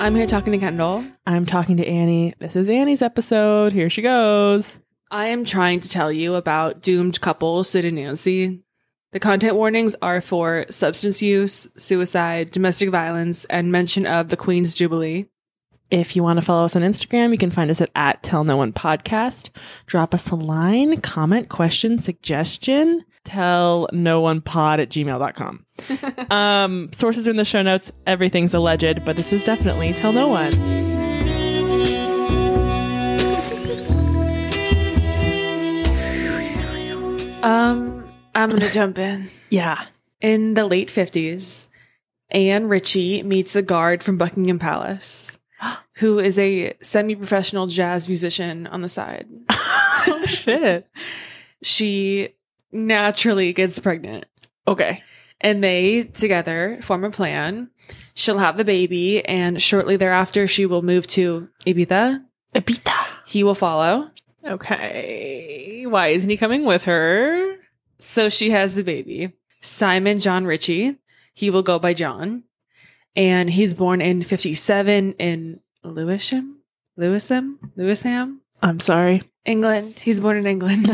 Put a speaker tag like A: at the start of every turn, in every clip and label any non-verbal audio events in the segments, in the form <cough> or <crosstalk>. A: I'm here talking to Kendall.
B: I'm talking to Annie. This is Annie's episode. Here she goes.
A: I am trying to tell you about doomed couple Sid and Nancy. The content warnings are for substance use, suicide, domestic violence, and mention of the Queen's Jubilee.
B: If you want to follow us on Instagram, you can find us at, at Tell No One Podcast. Drop us a line, comment, question, suggestion. Tell no one pod at <laughs> gmail.com. um, sources are in the show notes. Everything's alleged, but this is definitely Tell No One.
A: Um, I'm <laughs> gonna jump in.
B: <laughs> Yeah.
A: In the late 50s, Anne Ritchie meets a guard from Buckingham Palace <gasps> who is a semi professional jazz musician on the side.
B: Oh, Shit.
A: She naturally gets pregnant.
B: Okay.
A: And they together form a plan. She'll have the baby, and shortly thereafter, she will move to Ibiza.
B: Abita.
A: He will follow.
B: Okay. Why isn't he coming with her?
A: So she has the baby. Simon John Ritchie, he will go by John. And he's born in 57 in Lewisham, Lewisham, Lewisham,
B: I'm sorry.
A: England. He's born
B: <laughs>
A: in England.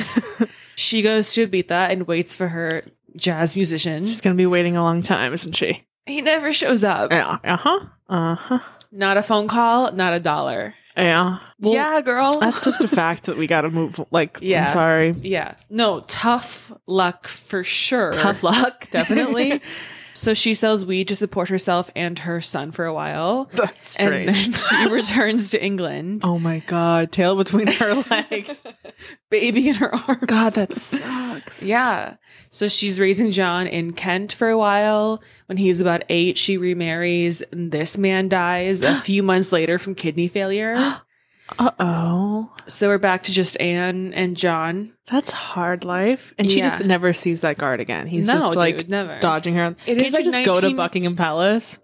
A: she goes to Ibiza and waits for her jazz musician.
B: She's going to be waiting a long time, isn't she?
A: He never shows up.
B: Yeah. Uh huh. Uh huh.
A: Not a phone call, not a dollar.
B: Yeah. Well,
A: yeah, girl.
B: That's just a fact that we got to move. Like,
A: Yeah.
B: I'm sorry.
A: Yeah. No, tough luck for sure.
B: Tough
A: <laughs>
B: luck, <laughs> definitely.
A: so she sells weed to support herself and her son for a while.
B: that's
A: And then she <laughs> returns to England,
B: <laughs> oh my God. Tail between
A: <laughs>
B: her legs.
A: baby in her arms.
B: God, that
A: <laughs>
B: sucks.
A: Yeah. So she's raising John in Kent for a while. When he's about eight, she remarries, and this man dies
B: <gasps>
A: a few months later from kidney failure.
B: Uh oh.
A: So we're back to just Anne and John.
B: That's hard life. And she
A: Yeah.
B: just never sees that guard again. He's
A: No,
B: just like
A: dude, never.
B: dodging her.
A: It
B: Can't
A: is
B: you
A: like
B: just go to
A: 19
B: Buckingham Palace?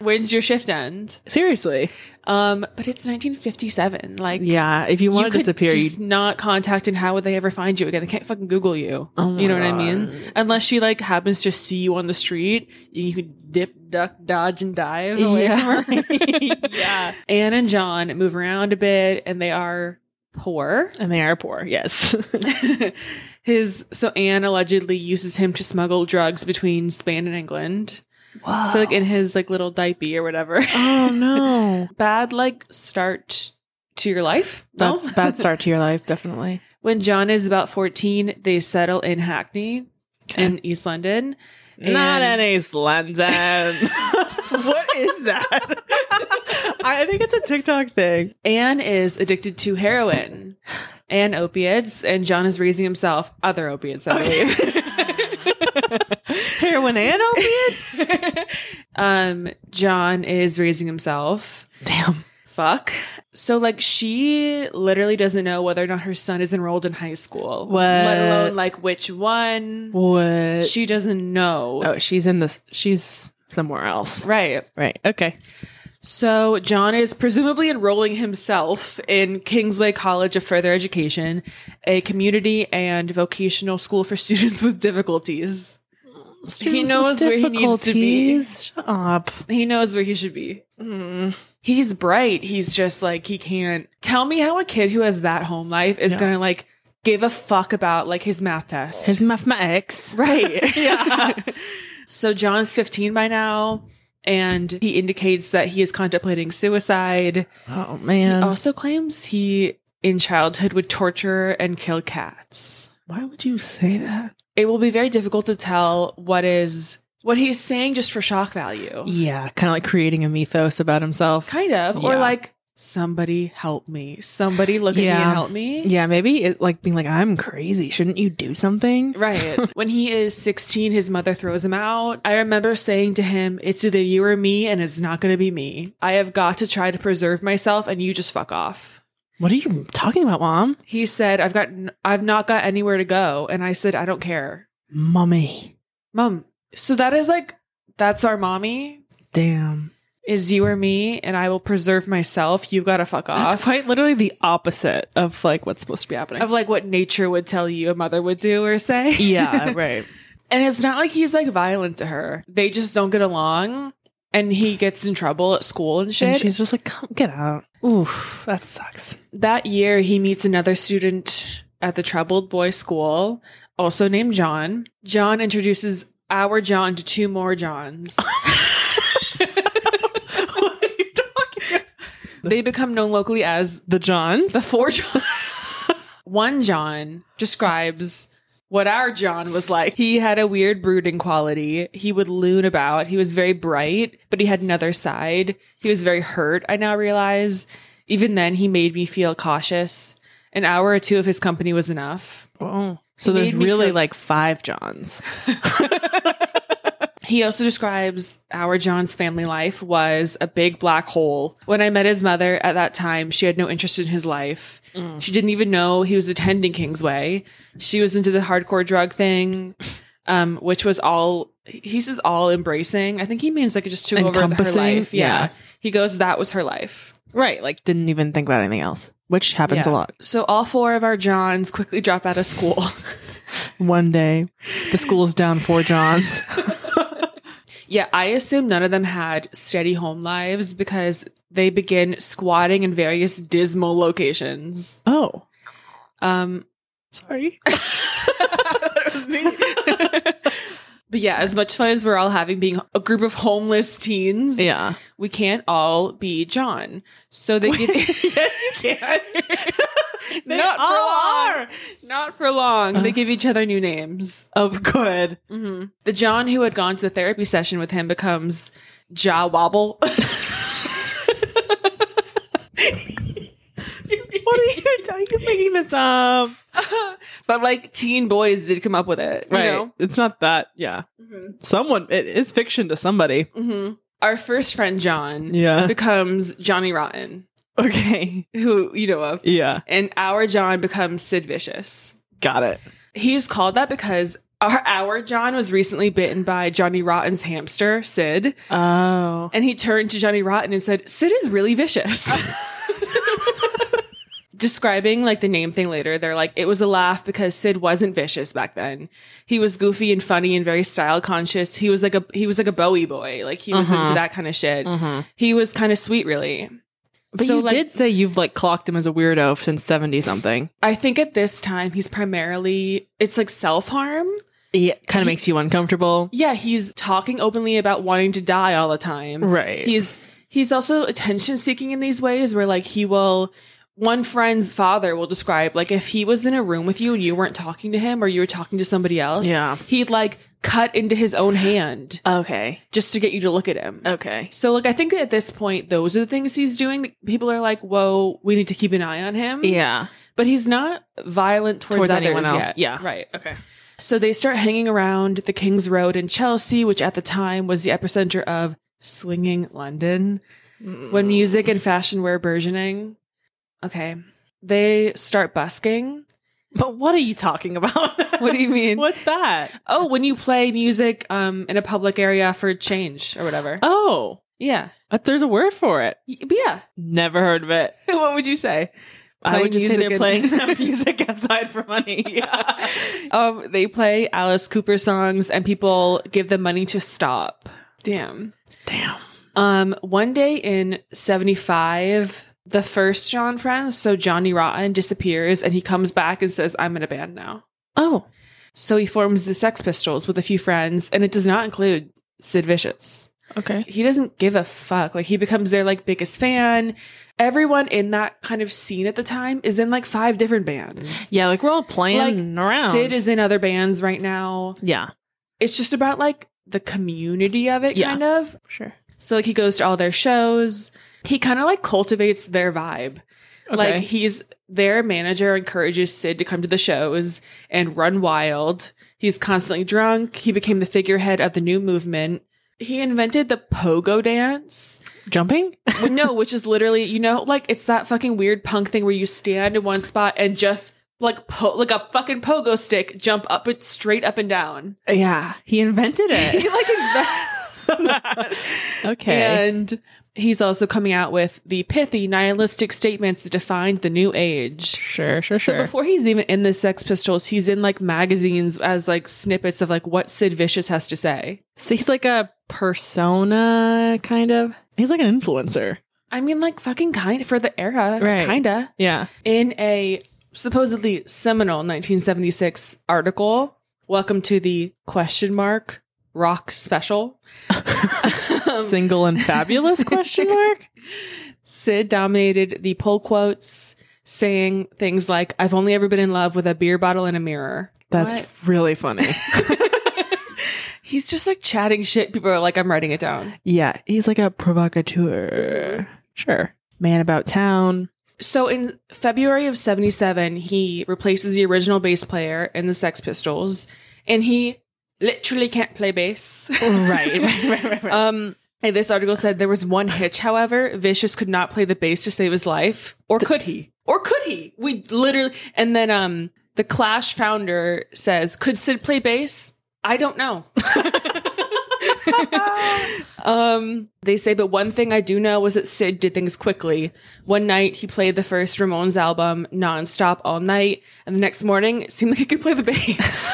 A: When's your shift end?
B: Seriously.
A: Um, but it's 1957. Like,
B: Yeah. If you want to
A: could
B: disappear, you
A: just not contact and how would they ever find you again they can't fucking google you
B: Oh my
A: you know what i
B: God.
A: mean unless she like happens to see you on the street you could dip duck dodge and dive
B: <laughs>
A: away
B: Yeah.
A: from <laughs> her
B: Yeah.
A: anne and john move around a bit and they are
B: <laughs>
A: poor
B: And they are poor.
A: <laughs>
B: Yes.
A: his so anne allegedly uses him to smuggle drugs between spain and england
B: Wow.
A: so like in his like little diaper
B: <gasps>
A: or whatever
B: oh
A: <laughs>
B: no.
A: bad like start to your life no?
B: That's a bad start to your life, definitely.
A: When John is about 14, they settle in Hackney in East London.
B: Not
A: And-
B: in East London. <laughs> what is that? I think it's a TikTok thing.
A: Anne is addicted to heroin and opiates, and John is raising himself other opiates, I
B: <laughs>
A: believe.
B: Heroin and opiates?
A: um, John is raising himself.
B: <laughs> Damn.
A: Fuck. So, like, she literally doesn't know whether or not her son is enrolled in high school,
B: What?
A: let alone, like, which one.
B: What?
A: She doesn't know.
B: oh, she's in this. She's somewhere else.
A: Right.
B: Right. Okay.
A: So, John is presumably enrolling himself in Kingsway College of Further Education, a community and vocational school for <laughs> students with difficulties. he knows where he needs to be.
B: Shut up.
A: He knows where he should be. Hmm. He's bright. He's just like, he can't. Tell me how a kid who has that home life is going to like give a fuck about like his math test.
B: His mathematics.
A: <laughs> Right. yeah. So John's 15 by now, and he indicates that he is contemplating suicide.
B: Oh
A: He
B: man.
A: also claims he, in childhood, would torture and kill cats.
B: Why would you say that?
A: It will be very difficult to tell what is what he's saying just for shock value.
B: Yeah, kind of like creating a mythos about himself.
A: Kind of. Or
B: Yeah.
A: like, somebody help me. Somebody look at me
B: Yeah.
A: and help me.
B: Yeah, maybe it, like being like, I'm crazy. Shouldn't you do something?
A: <laughs>
B: <laughs>
A: Right. when he is 16, his mother throws him out. I remember saying to him, It's either you or me, and it's not going to be me. I have got to try to preserve myself, and you just fuck off.
B: What are you talking about, mom?
A: He said, I've got, I've not got anywhere to go. And I said, I don't care.
B: Mummy.
A: Mom. So that is like, that's our mommy
B: Damn.
A: is you or me, and I will preserve myself. You've got to fuck off.
B: That's quite literally the opposite of like what's supposed to be happening.
A: <laughs> of like what nature would tell you a mother would do or say. <laughs>
B: yeah, right.
A: And it's not like he's like violent to her. They just don't get along. and he gets in trouble at school and shit.
B: <laughs> And she's just like, come get out. Oof, that <laughs> sucks.
A: that year he meets another student at the troubled boys school also named john john introduces our john to two
B: <laughs>
A: more johns
B: what are you talking about?
A: they become known locally as
B: The Johns?
A: the four johns <laughs> one john describes what our john was like he had a weird brooding quality he would loon about he was very bright but he had another side he was very hurt i now realize even then he made me feel cautious an hour or two of his company was enough
B: oh. So
A: It
B: there's
A: made me
B: really
A: feel-
B: like five Johns.
A: He also describes our John's family life was a big black hole. When I met his mother at that time, she had no interest in his life.
B: Mm.
A: She didn't even know he was attending Kingsway. She was into the hardcore drug thing, um, which was all he says all embracing. I think he means like it just took over her
B: Encompassing?
A: life. Yeah.
B: Yeah.
A: He goes, that was her life.
B: Right. Like didn't even think about anything else, which happens
A: Yeah.
B: a lot.
A: So all four of our Johns quickly drop out of school. <laughs>
B: One day, the school is down four <laughs> Johns.
A: Yeah, I assume none of them had steady home lives because they begin squatting in various dismal locations.
B: oh,
A: Um,
B: sorry.
A: but yeah, as much fun as we're all having being a group of homeless teens,
B: Yeah.
A: we can't all be John. So
B: <laughs>
A: they give
B: yes, you
A: <laughs>
B: can. <laughs> They
A: not
B: all
A: for long.
B: are.
A: Not for long. they give each other new names.
B: Of good.
A: The John who had gone to the therapy session with him becomes Jaw Wobble.
B: <laughs>
A: <laughs>
B: What are you doing? You're making this up.
A: but like teen boys did come up with it, you
B: Right.
A: know?
B: It's not that. Yeah. Someone, it is fiction to somebody.
A: Our first friend John
B: Yeah.
A: becomes Johnny Rotten,
B: Okay.
A: who you know of.
B: Yeah.
A: And our John becomes Sid Vicious.
B: Got it.
A: He's called that because our, our John was recently bitten by Johnny Rotten's hamster, Sid,
B: Oh.
A: and he turned to Johnny Rotten and said, Sid is
B: <laughs>
A: really vicious. Describing like the name thing later, they're like, it was a laugh because Sid wasn't vicious back then. He was goofy and funny and very style conscious. He was like a he was like a Bowie boy. Like he was
B: Uh-huh.
A: into that kind of shit. He was kind of sweet, really.
B: But
A: So,
B: you
A: like-
B: did say you've like clocked him as a weirdo since 70 something.
A: I think at this time he's primarily it's like self harm.
B: Yeah. Kind of makes you uncomfortable.
A: Yeah, he's talking openly about wanting to die all the time.
B: Right.
A: He's he's also attention seeking in these ways where like he will one friend's father will describe like if he was in a room with you and you weren't talking to him or you were talking to somebody else,
B: Yeah.
A: he'd like cut into his own hand
B: Okay.
A: just to get you to look at him.
B: Okay.
A: So like I think at this point those are the things he's doing. that People are like, "Whoa, we need to keep an eye on him."
B: Yeah.
A: But he's not violent towards,
B: Towards
A: others
B: anyone else.
A: yet.
B: Yeah.
A: Right.
B: Okay.
A: So they start hanging around the King's Road in Chelsea, which at the time was the epicenter of swinging London, when music and fashion were burgeoning. Okay. They start busking.
B: But what are you talking about? <laughs>
A: What do you mean?
B: What's that?
A: Oh, when you play music um, in a public area for change or whatever.
B: Oh,
A: Yeah.
B: but there's a word for it.
A: Y- but yeah.
B: Never heard of it.
A: <laughs> what would you say?
B: I would just say they're <laughs>
A: playing. <laughs>
B: playing that music outside for <laughs> money. Yeah.
A: Um, they play Alice Cooper songs and people give them money to stop. Damn.
B: Damn.
A: Um, one day in 75, the first John friend, so Johnny Rotten, disappears and he comes back and says, I'm in a band now.
B: Oh.
A: So he forms the Sex Pistols with a few friends, and it does not include Sid Vicious.
B: Okay.
A: He doesn't give a fuck. Like he becomes their like biggest fan. Everyone in that kind of scene at the time is in like five different bands.
B: Yeah, like we're all
A: Like
B: playing around.
A: Sid is in other bands right now.
B: yeah.
A: It's just about like the community of it,
B: Yeah.
A: kind of.
B: Sure.
A: So like he goes to all their shows. He kind of like cultivates their vibe. Like
B: Okay.
A: he's their manager encourages Sid to come to the shows and run wild. He's constantly drunk. He became the figurehead of the new movement. He invented the pogo dance.
B: <laughs> Jumping?
A: Well, no, which is literally, you know, like it's that fucking weird punk thing where you stand in one spot and just like po- like a fucking pogo stick jump up and straight up and down.
B: Yeah. He invented it.
A: He like invents
B: <laughs> okay.
A: And He's also coming out with the pithy nihilistic statements that defined the new age.
B: Sure, sure,
A: So before he's even in the Sex Pistols, he's in like magazines as like snippets of like what Sid Vicious has to say.
B: so he's like a persona, kind of. He's like an influencer.
A: I mean, like fucking kind for the era,
B: Right.
A: kinda.
B: Yeah.
A: In a supposedly seminal 1976 article, welcome to the question mark rock special.
B: Single and fabulous <laughs> question mark.
A: Sid dominated the poll quotes, saying things like, I've only ever been in love with a beer bottle and a mirror.
B: That's
A: What?
B: really funny.
A: He's just like chatting shit. People are like, I'm writing it down.
B: <laughs> yeah, he's like a provocateur. Sure. Man about town.
A: So in February of 77, he replaces the original bass player in the Sex Pistols, and he literally can't play bass.
B: <laughs> Right, right, right, right, right.
A: Um, and this article said there was one hitch, however. Vicious could not play the bass to save his life. Or could he? Or could he? We literally. And then um, the Clash founder says, could Sid play bass? I don't know. <laughs> um, they say, but one thing I do know was that Sid did things quickly. One night he played the first Ramones album nonstop all night, and the next morning it seemed like he could play the bass.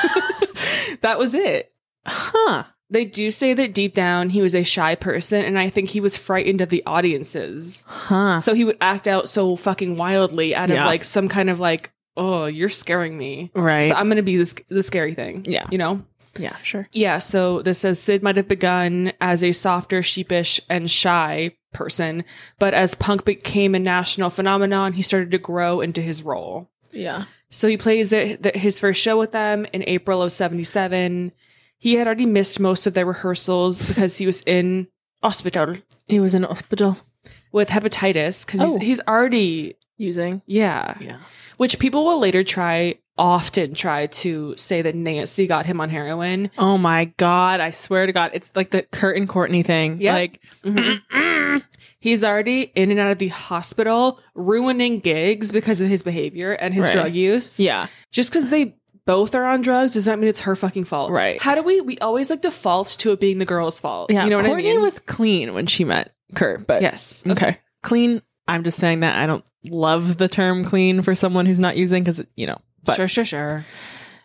A: <laughs> that was it.
B: huh.
A: They do say that deep down he was a shy person, and I think he was frightened of the audiences.
B: Huh.
A: So he would act out so fucking wildly out
B: Yeah.
A: of like some kind of like, oh, you're scaring me.
B: Right.
A: So I'm going to be this, the scary thing.
B: Yeah.
A: You know?
B: yeah, sure.
A: Yeah. So this says Sid might have begun as a softer, sheepish, and shy person, but as punk became a national phenomenon, he started to grow into his role.
B: Yeah.
A: So he plays it, th his first show with them in April of 77. He had already missed most of their rehearsals because he was in hospital
B: He was in hospital
A: with hepatitis because
B: Oh.
A: he's, he's already,
B: using.
A: yeah.
B: Yeah.
A: Which people will later try, often try to say that Nancy got him on heroin.
B: Oh my god, I swear to god, it's like the Kurt and Courtney thing.
A: Yeah.
B: Like Mm-hmm.
A: <clears throat>
B: mm.
A: He's already in and out of the hospital, ruining gigs because of his behavior and his
B: Right.
A: drug use.
B: Yeah.
A: just because they both are on drugs does not mean it's her fucking fault.
B: Right.
A: How do we, we always like default to it being the girl's fault.
B: Yeah.
A: You know what
B: Courtney
A: I mean?
B: was clean when she met Kurt, but
A: yes.
B: Okay. Clean. I'm just saying that I don't love the term clean for someone who's not using because, you know, but
A: sure, sure, sure.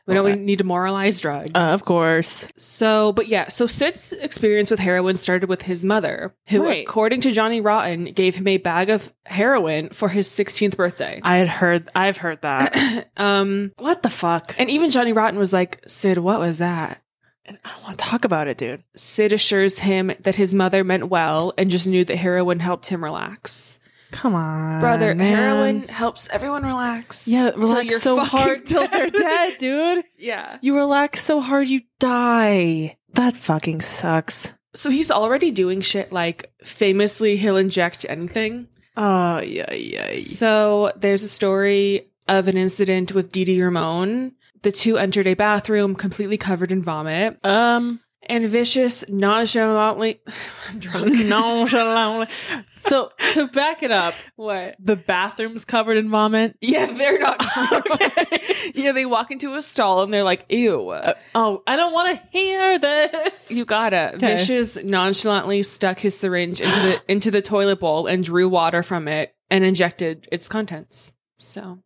A: We don't
B: Okay.
A: need to moralize drugs.
B: Uh, of course.
A: so, but yeah, so Sid's experience with heroin started with his mother, who,
B: Right.
A: according to Johnny Rotten, gave him a bag of heroin for his 16th birthday. <clears throat>
B: I had heard, I've heard that.
A: Um,
B: <coughs> what the fuck?
A: and even Johnny Rotten was like, Sid, what was that?
B: I don't want to talk about it, dude.
A: Sid assures him that his mother meant well and just knew that heroin helped him relax.
B: Come on.
A: Brother,
B: man.
A: heroin helps everyone relax.
B: Yeah,
A: Till you're
B: relax so
A: fucking
B: hard till they're dead, dude.
A: <laughs> yeah.
B: You relax so hard you die. That fucking sucks.
A: So he's already doing shit like famously he'll inject anything.
B: Oh, yeah, yeah.
A: So there's a story of an incident with Didi Ramone. The two entered a bathroom completely covered in vomit,
B: Um,
A: and Vicious nonchalantly. <sighs> I'm drunk.
B: no, <laughs> so to back it up,
A: What?
B: the bathroom's covered in vomit.
A: Yeah, they're
B: <laughs>
A: not. <laughs> yeah, they walk into a stall and they're like, "Ew."
B: Oh, I don't want to hear this.
A: You gotta. Vicious nonchalantly stuck his syringe into
B: <gasps>
A: the into the toilet bowl and drew water from it and injected its contents.
B: <sighs>
A: So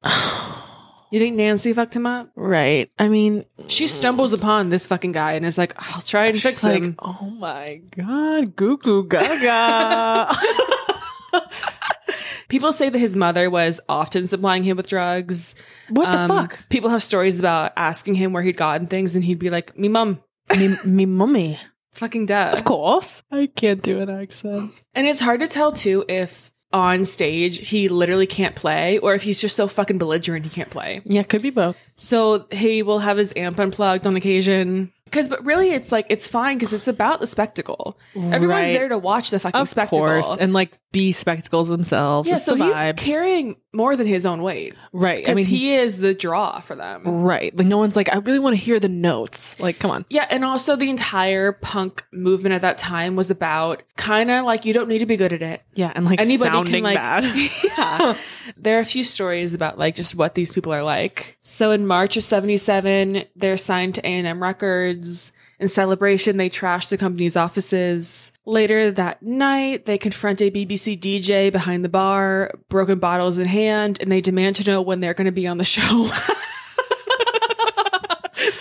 A: you think Nancy fucked him up?
B: right. I mean,
A: She stumbles upon this fucking guy and is like, "I'll try and fix
B: she's like,
A: him."
B: oh my god, goo goo gaga.
A: People say that his mother was often supplying him with drugs.
B: <laughs> what
A: Um, People have stories about asking him where he'd gotten things, and he'd be like, "Me mum,
B: me, me mummy.
A: fucking death."
B: Of course. I can't do an accent.
A: And it's hard to tell too if on stage he literally can't play, or if he's just so fucking belligerent he can't play.
B: Yeah, could be both.
A: So he will have his amp unplugged on occasion. Because, but really, it's like it's fine because it's about the spectacle. Everyone's
B: Right.
A: there to watch the fucking
B: Of
A: spectacle.
B: course. And like be spectacles themselves.
A: yeah,
B: It's
A: so
B: the
A: he's
B: vibe.
A: carrying more than his own weight.
B: right. I
A: Because
B: mean he's-
A: he is the draw for them.
B: Right. Like no one's like, I really want to hear the notes. Like, come on.
A: Yeah, and also the entire punk movement at that time was about kind of like you don't need to be good at it.
B: Yeah, and like
A: Anybody
B: sounding
A: can
B: <laughs>
A: like
B: bad.
A: <laughs> yeah. There are a few stories about like just what these people are like. So in March of 77, they're signed to A&M Records. kids. In celebration, they trashed the company's offices. Later that night, they confront a BBC DJ behind the bar, broken bottles in hand, and they demand to know when they're going to be on the show. <laughs>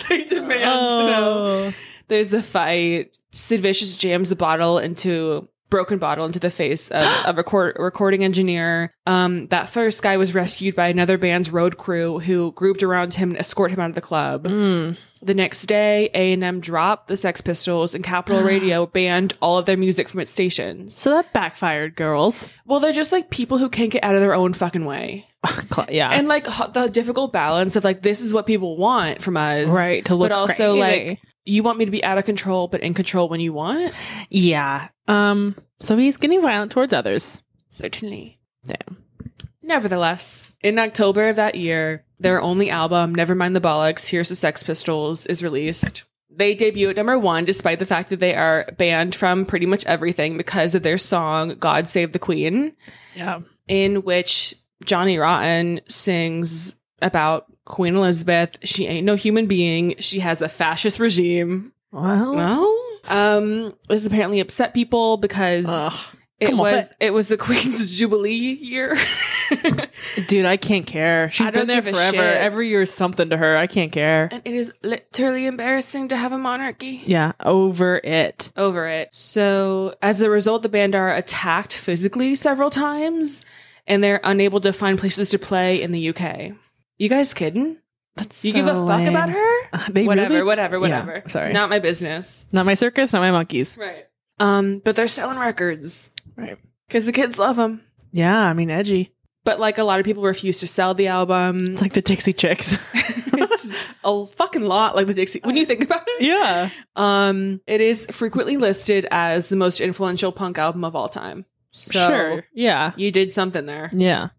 A: they demand
B: Oh.
A: to know. There's a fight. Sid Vicious jams a bottle into broken bottle into the face
B: <gasps>
A: of a record, recording engineer. Um, that first guy was rescued by another band's road crew who grouped around him and escort him out of the club.
B: Hmm.
A: The next day, A&M dropped the Sex Pistols and
B: <gasps>
A: Capitol Radio banned all of their music from its stations.
B: So that backfired, girls.
A: Well, they're just like people who can't get out of their own fucking way.
B: <laughs> Cla- yeah.
A: And like h- the difficult balance of like this is what people want from us.
B: Right, to look
A: But also
B: crazy.
A: like you want me to be out of control but in control when you want?
B: yeah. Um. So he's getting violent towards others.
A: Certainly.
B: Damn.
A: Nevertheless, in October of that year, their only album, Nevermind the Bollocks, Here's the Sex Pistols, is released. They debut at number one despite the fact that they are banned from pretty much everything because of their song God Save the Queen,
B: Yeah.
A: in which Johnny Rotten sings about Queen Elizabeth. She ain't no human being. She has a fascist regime.
B: Well.
A: Well, um, this apparently upset people because
B: Ugh.
A: it
B: come off
A: was it was the <laughs> Queen's Jubilee year. <laughs>
B: Dude, I can't care. She's
A: I don't
B: been there
A: give a
B: forever.
A: shit.
B: Every year is something to her. I can't care.
A: And it is literally embarrassing to have a monarchy.
B: Yeah, over it.
A: Over it. So, as a result, the band are attacked physically several times and they're unable to find places to play in the UK. You guys kidding?
B: That's
A: You give a
B: so
A: fuck
B: lame.
A: about her?
B: Uh, They
A: whatever,
B: really-
A: whatever,
B: Yeah,
A: whatever.
B: sorry,
A: Not my business.
B: not my circus, not my monkeys.
A: Right. Um, but they're selling records
B: Right.
A: because the kids love them.
B: Yeah, I mean edgy.
A: But like a lot of people refuse to sell the album. <laughs>
B: It's like the Dixie Chicks.
A: it's a fucking lot like the Dixie. When you think about
B: <laughs>
A: it,
B: yeah.
A: Um, it is frequently listed as the most influential punk album of all time. So
B: sure. Yeah.
A: you did something there.
B: Yeah.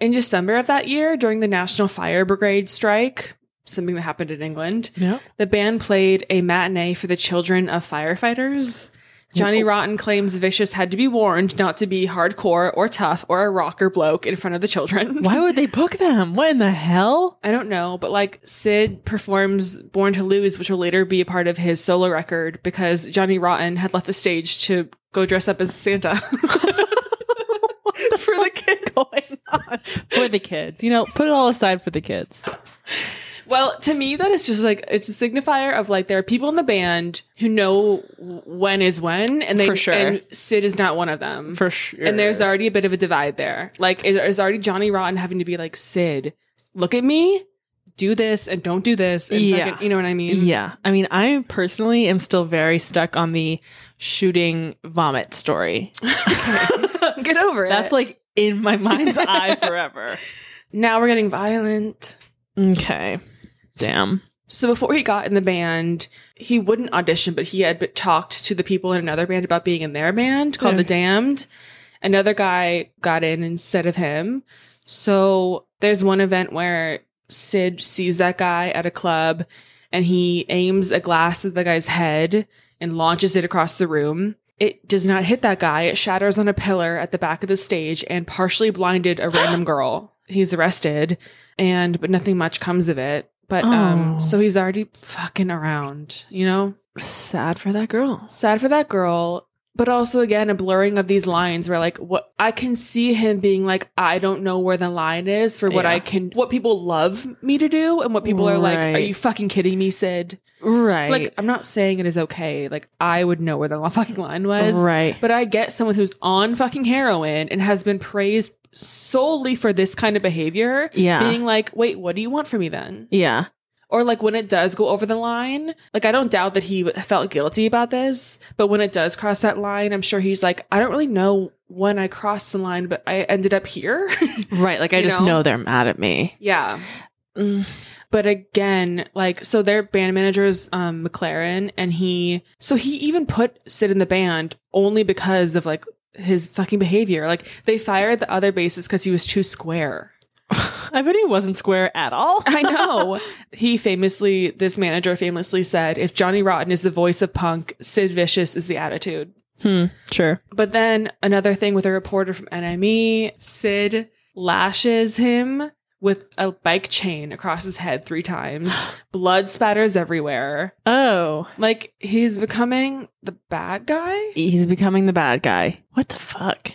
A: In December of that year, during the National Fire Brigade strike, something that happened in England,
B: Yeah.
A: the band played a matinee for the children of firefighters. Johnny Rotten claims Vicious had to be warned not to be hardcore or tough or a rocker bloke in front of the children.
B: Why would they book them? What in the <laughs> hell?
A: I don't know, but like Sid performs Born to Lose, which will later be a part of his solo record because Johnny Rotten had left the stage to go dress up as Santa. <laughs> For the kids.
B: for the kids. You know, put it all aside for the kids.
A: Well, to me, that is just like it's a signifier of like there are people in the band who know when is when, and they
B: For sure.
A: and Sid is not one of them.
B: For sure.
A: And there's already a bit of a divide there. Like it is already Johnny Rotten having to be like Sid, look at me, do this and don't do this. And
B: Yeah.
A: fucking- you know what I
B: <laughs>
A: mean?
B: Yeah. I mean, I personally am still very stuck on the shooting vomit story.
A: Get over it.
B: That's like in my <laughs> mind's eye forever.
A: now we're getting violent.
B: Okay. Damn.
A: So before he got in the band, he wouldn't audition, but he had been- talked to the people in another band about being in their band called
B: Okay.
A: The Damned. Another guy got in instead of him. So there's one event where Sid sees that guy at a club and he aims a glass at the guy's head and launches it across the room. It does not hit that guy. It shatters on a pillar at the back of the stage and partially blinded a random girl. He's arrested and but nothing much comes of it. But um
B: Oh.
A: so he's already fucking around, you know?
B: Sad for that girl.
A: Sad for that girl, but also again a blurring of these lines where like what I can see him being like I don't know where the line is for what
B: Yeah.
A: I can what people love me to do and what people are like are
B: Right.
A: you fucking kidding me, Sid?
B: Right.
A: Like, I'm not saying it is okay. Like, I would know where the li- fucking line was.
B: right.
A: But I get someone who's on fucking heroin and has been praised solely for this kind of behavior
B: Yeah.
A: being like, wait, what do you want from me then?
B: yeah.
A: Or like when it does go over the line, like, I don't doubt that he w- felt guilty about this, but when it does cross that line, I'm sure he's like, I don't really know when I crossed the line, but I ended up here. <laughs>
B: Right. Like I
A: You
B: just
A: know?
B: know Mm. they're mad at me.
A: yeah.
B: <laughs>
A: But again, like so their band manager is um McLaren and he so he even put Sid in the band only because of like his fucking behavior. Like they fired the other bassist because he was too square.
B: I bet he wasn't square at all.
A: I know. he famously this manager famously said, if Johnny Rotten is the voice of punk, Sid Vicious is the attitude.
B: <laughs> hmm. Sure.
A: But then another thing with a reporter from NME, Sid E, lashes him with a bike chain across his head three times. Blood spatters everywhere.
B: Oh,
A: Like he's becoming the bad guy.
B: he's becoming the bad guy. What the fuck?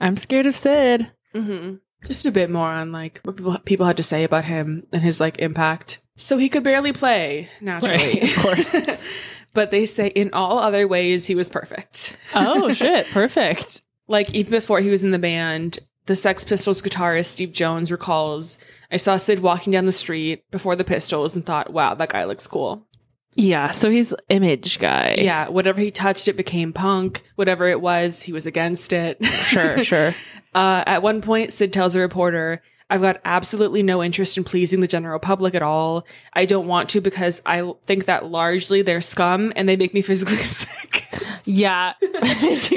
B: I'm scared of Sid.
A: Mm-hmm. Just a bit more on like what people, people had to say about him and his like impact. So he could barely play naturally,
B: Right, of course.
A: <laughs> but they say in all other ways he was perfect.
B: <laughs> Oh shit! Perfect.
A: Like even before he was in the band, the Sex Pistols guitarist Steve Jones recalls, "I saw Sid walking down the street before the Pistols and thought, wow, that guy looks cool."
B: Yeah. So he's image guy.
A: Yeah, whatever he touched, it became punk. Whatever it was, he was against it. <laughs>
B: Sure. Sure.
A: Uh, at one point, Sid tells a reporter, I've got absolutely no interest in pleasing the general public at all. I don't want to because I l- think that largely they're scum and they make me physically <laughs> sick.
B: <laughs> <laughs> Yeah.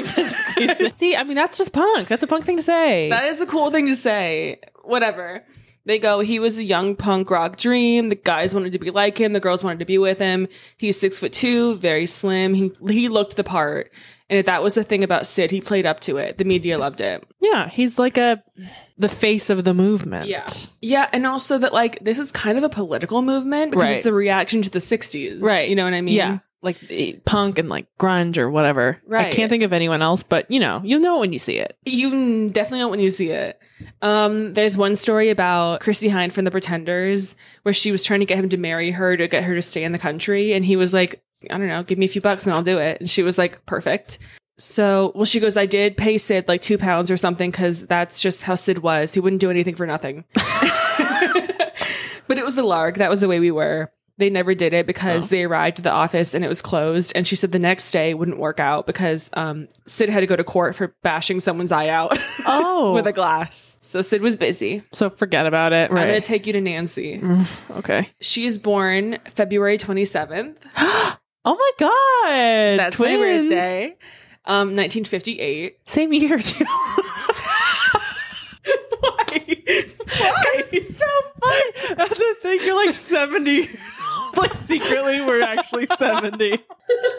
B: See, I mean, that's just punk. That's a punk thing to say.
A: that is a cool thing to say. Whatever. They go, he was a young punk rock dream. The guys wanted to be like him. The girls wanted to be with him. He's six foot two, very slim. He, he looked the part. And if that was the thing about Sid, he played up to it. The media loved it.
B: yeah. He's like a the face of the movement.
A: Yeah. Yeah. And also that, like, this is kind of a political movement because
B: Right.
A: it's a reaction to the 60s.
B: Right.
A: You know what I mean?
B: Yeah. Like eh, punk and like grunge or whatever. I
A: Right.
B: can't think of anyone else, but you know, you'll know it when you see it. <laughs>
A: You definitely know when you see it. Um, there's one story about Chrissy Hine from The Pretenders where she was trying to get him to marry her to get her to stay in the country. And he was like, I don't know, give me a few bucks and I'll do it. And she was like, perfect. So, well, she goes, I did pay Sid like two pounds or something because that's just how Sid was. He wouldn't do anything for nothing. but it was a lark. That was the way we were. They never did it
B: Oh.
A: because they arrived at the office and it was closed. And she said the next day wouldn't work out because um, Sid had to go to court for bashing someone's eye out <laughs>
B: Oh.
A: with a glass. So Sid was busy.
B: so forget about it.
A: I'm going
B: Right.
A: to take you to Nancy.
B: Mm-hmm. okay.
A: She is born February 27th.
B: Oh my god.
A: That's my
B: Twins.
A: birthday. Um, 1958.
B: Same year too. <laughs> It's so funny. That's the thing. You're like 70. <laughs> like secretly, we're actually 70.
A: <laughs>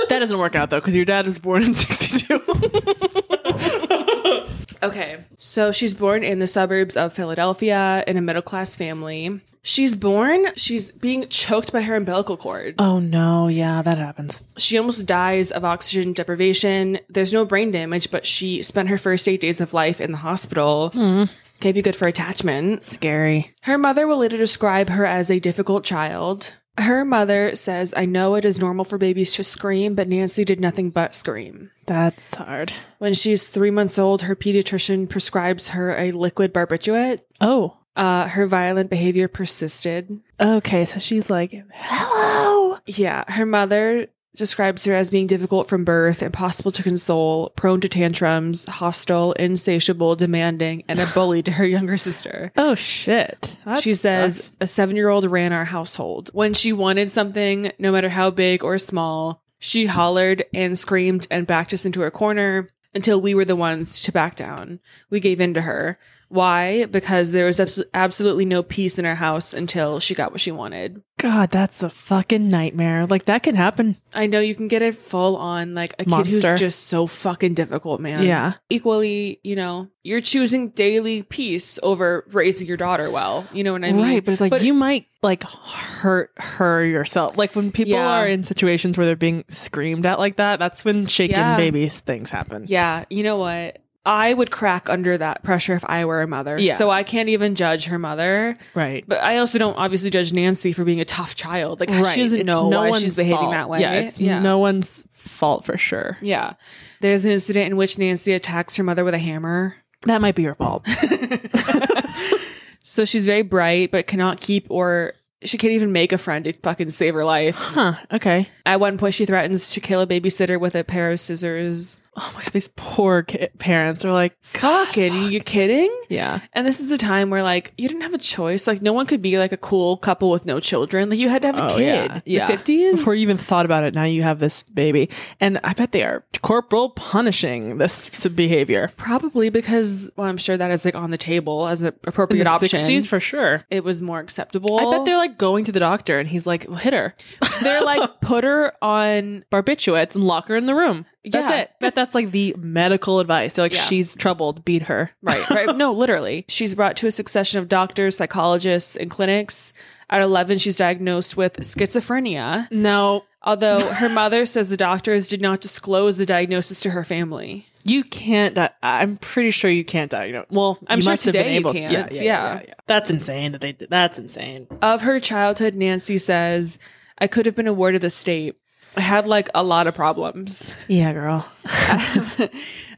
B: That doesn't work out though, because your dad was born in <laughs> 62.
A: <laughs> Okay. So she's born in the suburbs of Philadelphia in a middle class family. She's born, she's being choked by her umbilical cord.
B: oh no, yeah, that happens.
A: She almost dies of oxygen deprivation. There's no brain damage, but she spent her first eight days of life in the hospital. Can't be good for attachments.
B: Scary.
A: Her mother will later describe her as a difficult child. Her mother says, I know it is normal for babies to scream, but Nancy did nothing but scream.
B: That's hard.
A: When she's three months old, her pediatrician prescribes her a liquid barbiturate.
B: Oh.
A: Uh, her violent behavior persisted.
B: Okay, so she's like, hello.
A: Yeah, her mother describes her as being difficult from birth, impossible to console, prone to tantrums, hostile, insatiable, demanding, and a bully to her younger sister.
B: Oh shit. <laughs> That
A: She says
B: sucks.
A: a seven year old ran our household. When she wanted something, no matter how big or small, she hollered and screamed and backed us into her corner until we were the ones to back down. We gave in to her. Why? Because there was abs- absolutely no peace in our house until she got what she wanted.
B: God, that's the fucking nightmare. Like that can happen.
A: I know you can get it full on like a kid
B: Monster.
A: who's just so fucking difficult, man.
B: Yeah.
A: Equally, you know, you're choosing daily peace over raising your daughter well. You know what I mean?
B: right, but it's like you might like hurt her yourself. Like when people
A: Yeah.
B: are in situations where they're being screamed at like that, that's when shaken
A: Yeah.
B: baby things happen.
A: Yeah, you know what? I would crack under that pressure if I were a mother.
B: Yeah.
A: So I can't even judge her mother.
B: Right.
A: But I also don't obviously judge Nancy for being a tough child. Like
B: right.
A: she doesn't
B: It's
A: know
B: no
A: why
B: one's
A: she's behaving
B: fault.
A: that way.
B: Yeah, it's no one's fault for sure.
A: Yeah. There's an incident in which Nancy attacks her mother with a hammer.
B: That might be your fault.
A: So she's very bright, but cannot keep or she can't even make a friend to fucking save her
B: <laughs>
A: life.
B: <laughs> huh. Okay.
A: At one point, she threatens to kill a babysitter with a pair of scissors.
B: Oh my god, these poor ki- parents are like,
A: Fucking, you kidding?
B: yeah,
A: And this is a time where, like, you didn't have a choice. Like, no one could be like a cool couple with no children. Like, you had to have a
B: Oh,
A: kid.
B: yeah,
A: The
B: yeah.
A: 50s?
B: Before you even thought about it, now you have this baby, and I bet they are corporal punishing this s- behavior.
A: Probably because, well, I'm sure that is like on the table as an
B: In
A: appropriate
B: the
A: option.
B: 60s for sure.
A: it was more acceptable.
B: I bet they're like going to the doctor, and he's like, "Well, hit her, <laughs>
A: <laughs> they're like, put her on
B: barbiturates, and lock her in the room. That's
A: Yeah.
B: it. That that's like the medical advice. They're like,
A: Yeah.
B: she's troubled, beat her.
A: Right, right. No, literally. She's brought to a succession of doctors, psychologists, and clinics. At 11, she's diagnosed with schizophrenia,
B: No,
A: although her mother says the doctors did not disclose the diagnosis to her family.
B: you can't. Di- I'm pretty sure you can't diagnose. Well,
A: I'm
B: you
A: sure
B: must have been
A: today you
B: able To.
A: can't. Yeah.
B: That's insane. That they. Did. That's insane.
A: Of her childhood, Nancy says, I could have been a ward of the state. I had like a lot of problems.
B: Yeah, girl.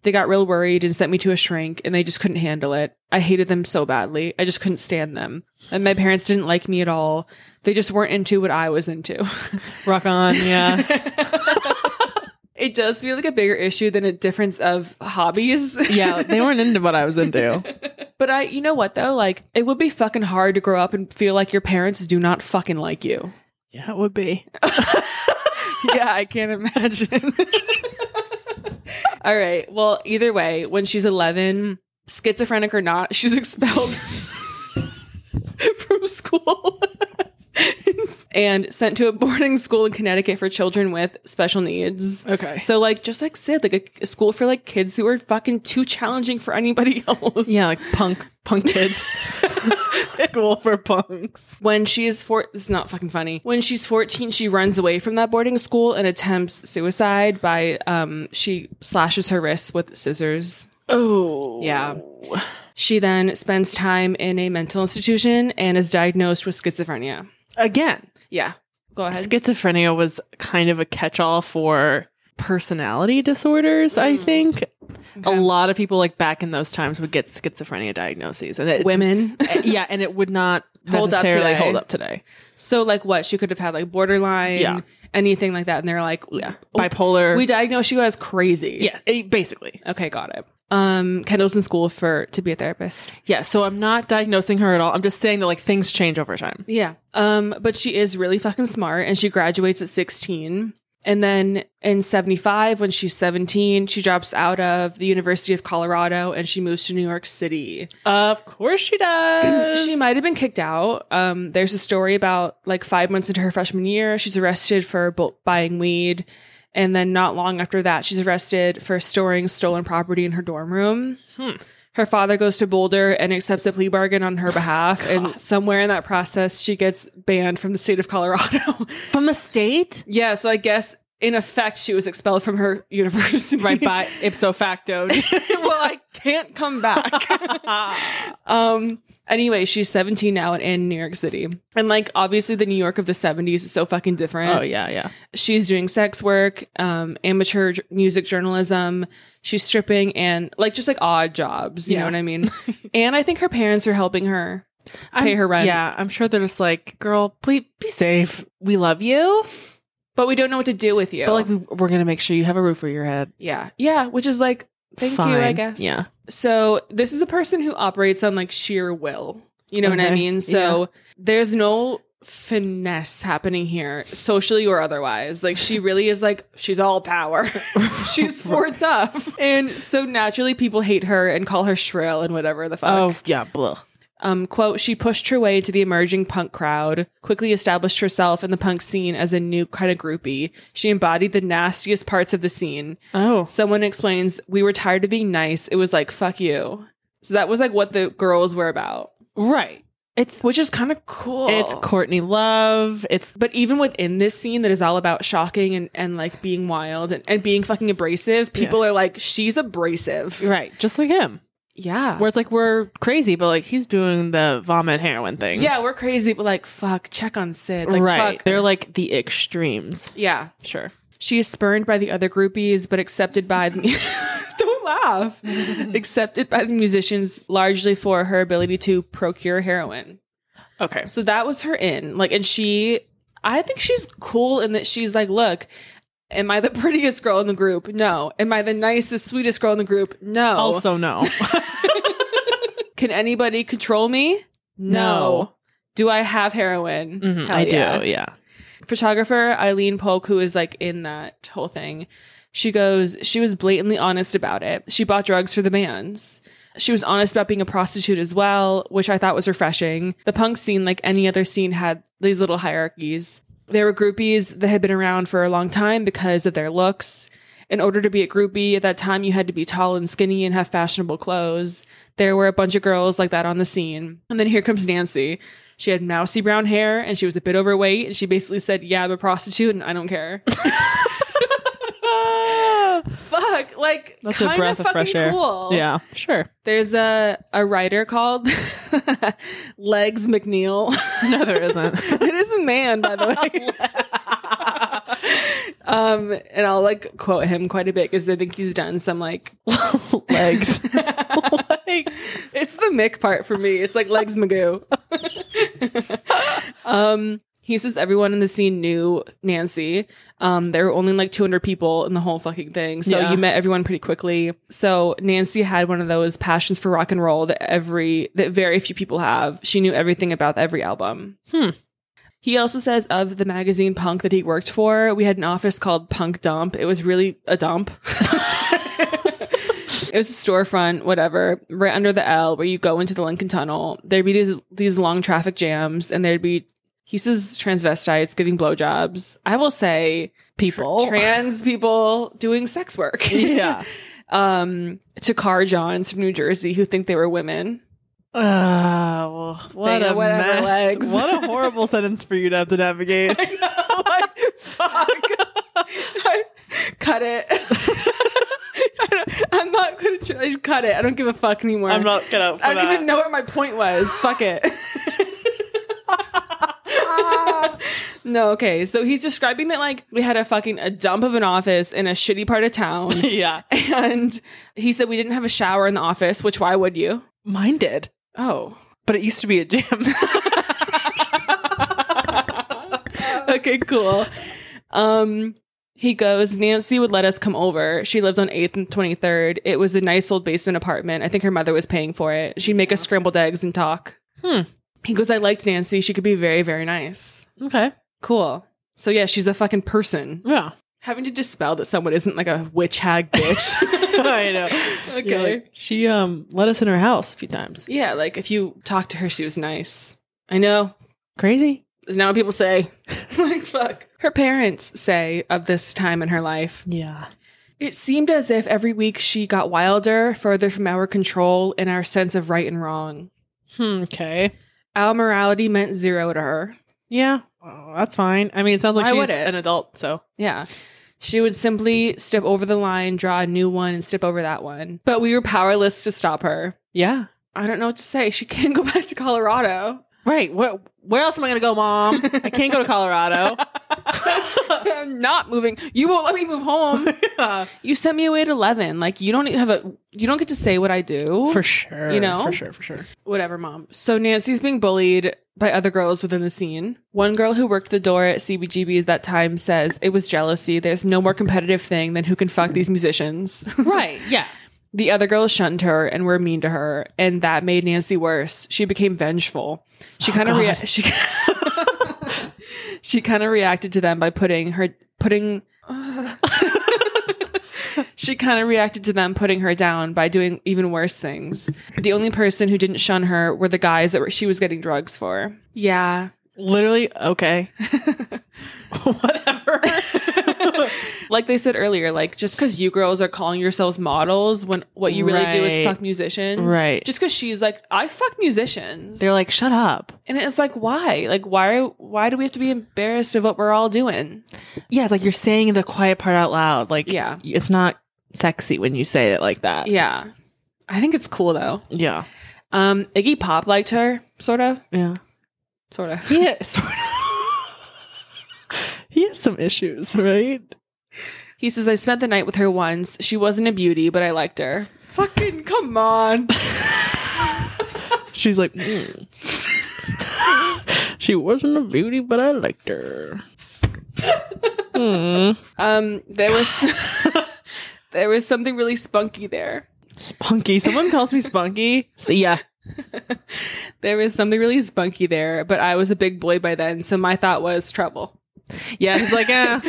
A: They got real worried and sent me to a shrink, and they just couldn't handle it. I hated them so badly. I just couldn't stand them. And my parents didn't like me at all. They just weren't into what I was into. <laughs>
B: Rock on. Yeah.
A: it does feel like a bigger issue than a difference of hobbies.
B: yeah. They weren't into what I was into.
A: <laughs> but I, you know what though? Like, it would be fucking hard to grow up and feel like your parents do not fucking like you.
B: Yeah, it would be.
A: <laughs> yeah, I can't imagine. <laughs> All right. Well, either way, when she's 11, schizophrenic or not, she's expelled <laughs> from school <laughs> and sent to a boarding school in Connecticut for children with special needs.
B: Okay.
A: So, like, just like Sid, like a, a school for like kids who are fucking too challenging for anybody <laughs> else.
B: Yeah, like punk punk kids. <laughs> School for punks.
A: When she is four, it's not fucking funny. When she's 14, she runs away from that boarding school and attempts suicide by, um, she slashes her wrists with scissors.
B: Oh.
A: Yeah. She then spends time in a mental institution and is diagnosed with schizophrenia.
B: Again,
A: Yeah. Go ahead.
B: schizophrenia was kind of a catch-all for personality disorders, I think. A lot of people like back in those times would get schizophrenia diagnoses and it's- <laughs> Eh,
A: Women.
B: yeah, and it would not
A: Hold up
B: necessarily
A: today.
B: hold up today.
A: so, like, what? She could have had, like, borderline,
B: Yeah.
A: anything like that. And they're like, yeah.
B: Bipolar.
A: We diagnosed you as crazy.
B: yeah, it- Eh, basically.
A: Okay, got it. Um, Kendall's in school for to be a therapist.
B: Yeah, so I'm not diagnosing her at all. I'm just saying that like things change over time.
A: Yeah. Um, but she is really fucking smart and she graduates at 16. And then in 75, when she's 17, she drops out of the University of Colorado and she moves to New York City.
B: Of course she does.
A: She might have been kicked out. Um, there's a story about like five months into her freshman year, she's arrested for bu- buying weed. And then not long after that, she's arrested for storing stolen property in her dorm room.
B: Hmm.
A: Her father goes to Boulder and accepts a plea bargain on her behalf.
B: <laughs>
A: And somewhere in that process, she gets banned from the state of Colorado.
B: <coughs>
A: <laughs>
B: from the <laughs> state?
A: yeah, so I guess in effect, she was expelled from her <laughs> university.
B: Right by ipso <laughs> facto.
A: <laughs> well, I can't
B: <laughs>
A: come back. um. Anyway, she's 17 now and in New York City. And like obviously the New York of the 70s is so fucking different.
B: Oh <laughs> yeah, yeah.
A: She's doing sex work, um, amateur j- music journalism, she's stripping and like just like odd jobs, you
B: Yeah.
A: know what
B: <laughs>
A: I mean? and I think her parents are helping her pay
B: I'm-
A: her rent.
B: Yeah, I'm sure they're just like, girl, please be safe. We love you,
A: But we don't know what to do with you.
B: but like we, we're gonna make sure you have a roof over your head.
A: Yeah. Yeah. Which is like, thank you, I
B: Fine.
A: guess.
B: Yeah.
A: So this is a person who operates on like sheer will. You know what I
B: Okay.
A: mean? So there's no finesse happening here, socially or otherwise. Like she really is like, she's all power. <laughs>
B: <laughs>
A: she's for tough. And so naturally people hate her and call her shrill and whatever the fuck.
B: yeah, blah.
A: Um, quote, she pushed her way to the emerging punk crowd, quickly established herself in the punk scene as a new kind of groupie. She embodied the nastiest parts of the scene.
B: Oh,
A: Someone explains, we were tired of being nice. It was like, fuck you. So that was like what the girls were about,
B: right. It's
A: which is kind of cool.
B: it's Courtney Love. It's
A: But even within this scene that is all about shocking and, and like being wild and, and being fucking abrasive, people are like, she's abrasive.
B: right, just like him.
A: Yeah.
B: Where it's like we're crazy, but like he's doing the vomit heroin thing.
A: yeah, we're crazy, but like, fuck, check on Sid. Like,
B: right.
A: fuck.
B: They're like the extremes.
A: yeah.
B: Sure.
A: She is spurned by the other groupies, but accepted by the <laughs>
B: <laughs>
A: don't laugh. accepted by the musicians largely for her ability to procure heroin.
B: Okay.
A: So that was her in. Like, and she, I think she's cool in that she's like, look, am I the <laughs> prettiest girl in the group? No. Am I the nicest, sweetest girl in the group? No.
B: Also
A: <laughs>
B: no.
A: can anybody control me? No.
B: No.
A: Do I have heroin?
B: Mhm,
A: Hell
B: I do.
A: yeah.
B: Yeah.
A: photographer Eileen Polk, who is like in that whole thing, she goes, she was blatantly honest about it. She bought drugs for the bands. She was honest about being a prostitute as well, which I thought was refreshing. The punk scene, like any other scene, had these little hierarchies. There were groupies that had been around for a long time because of their looks. In order to be a groupie, at that time you had to be tall and skinny and have fashionable clothes. There were a bunch of girls like that on the scene. And then here comes Nancy. She had mousy brown hair and she was a bit overweight. And she basically said, Yeah, I'm a prostitute and I don't care. <laughs> Fuck. Like,
B: That's a
A: kind of
B: breath
A: Ah, fucking
B: of fresh air.
A: cool.
B: Yeah, sure. <laughs>
A: There's a, a writer called <laughs> Legs McNeil. <laughs>
B: No, there isn't.
A: it is a man, by the way.
B: <laughs>
A: <laughs> um, and I'll like quote him quite a bit because I think he's done some like
B: Legs. <laughs>
A: like it's the Mick part for me. It's like legs Magoo. <laughs> um, he says everyone in the scene knew Nancy. Um, there were only like 200 people in the whole fucking thing, so
B: Yeah.
A: you met everyone pretty quickly. So Nancy had one of those passions for rock and roll that every that very few people have. She knew everything about every album.
B: Hmm.
A: He also says of the magazine Punk that he worked for, we had an office called Punk Dump. It was really a dump. It was a storefront, whatever, right under the L where you go into the Lincoln Tunnel. There'd be these these long traffic jams, and there'd be he says transvestites giving blowjobs. I will say
B: People.
A: trans people doing sex work.
B: <laughs> yeah.
A: um, <laughs> to car Johns from New Jersey who think they were women. <laughs>
B: Oh, well, Oh, what
A: Thing or
B: a
A: whatever
B: mess.
A: legs.
B: What a horrible sentence for you to have to <laughs> navigate.
A: Cut it. <laughs> I don't- I'm not gonna try, cut it. I don't give a fuck anymore.
B: I'm not gonna.
A: I don't even know where my point was. Fuck it. no, okay. So he's describing that like we had a fucking a dump of an office in a shitty part
B: <laughs>
A: of town.
B: Yeah,
A: and he said we didn't have a shower in the office, which why would you?
B: mine did,
A: Oh. <laughs>
B: but it used to be a gym. <laughs>
A: okay, cool. Um, he goes, Nancy would let us come over. She lived on 8th and 23rd. It was a nice old basement apartment. I think her mother was paying for it. She'd make us scrambled eggs and talk.
B: Hmm.
A: He goes, I liked Nancy. She could be very, very nice.
B: okay.
A: Cool. So, yeah, she's a fucking person.
B: Yeah.
A: Having to dispel that someone isn't like a witch hag bitch.
B: <laughs> <laughs>
A: <laughs>
B: I know. Yeah,
A: okay.
B: like, she um let us in her house a few times.
A: yeah, like if you talked to her, she was nice. I know.
B: Crazy.
A: is now what people say. <laughs> like, fuck. Her parents say of this time in her life,
B: Yeah.
A: it seemed as if every week she got wilder, further from our control and our sense of right and wrong.
B: Hmm, okay.
A: Our morality meant zero to her.
B: Yeah. Well, that's fine. I mean, it sounds like
A: Why
B: she's
A: would it?
B: an adult, so
A: Yeah. She would simply step over the line, draw a new one, and step over that one. But we were powerless to stop her.
B: yeah.
A: I don't know what to say. She <laughs> can't go back to Colorado.
B: Right. Where where else am I gonna go, Mom? I can't go to Colorado.
A: I'm not moving. You won't let me
B: <laughs>
A: move home.
B: <laughs> yeah.
A: You sent me away at 11. Like, you don't e-, have a, you don't get to say what I do.
B: For sure.
A: You know?
B: For sure. For sure.
A: whatever mom so nancy's being bullied by other girls within the scene one girl who worked the door at cbgb at that time says it was jealousy there's no more competitive thing than who can fuck these musicians <laughs>
B: Right. Yeah.
A: the other girls shunned her and were mean to her and that made nancy worse she became vengeful she kind of rea-
B: God.
A: she, <laughs> she kind of reacted to them by putting her putting <laughs> she kind of reacted to them putting her down by doing even worse things the only person who didn't shun her were the guys that were, she was getting drugs for yeah
B: Literally. Okay. Whatever.
A: <laughs> like they said earlier, like just because you girls are calling yourselves models when what you really do is
B: Right.
A: fuck musicians,
B: Right.
A: Just because she's like, I fuck musicians.
B: They're like, shut up.
A: and it's like, why? Like, why? Why do we have to be embarrassed of what we're all doing?
B: Yeah, it's like you're saying the quiet part out loud. Like,
A: Yeah.
B: it's not sexy when you say it like that.
A: Yeah, I think it's cool though.
B: Yeah.
A: Um, Iggy Pop liked her, sort of,
B: Yeah.
A: sort of.
B: He has, sort of- <laughs> he has some issues, right?
A: <laughs> He says, I spent the night with her once. She wasn't a beauty, but I liked her. Fucking come on.
B: She's like, "Mm." <laughs> she wasn't a beauty, but I liked her. Hmm.
A: Um, there was <laughs> there was something really spunky there.
B: Spunky. Someone calls me Spunky. See ya.
A: There was something really spunky there, but I was a big boy by then, so my thought was trouble.
B: Yeah, he's like, <laughs> eh,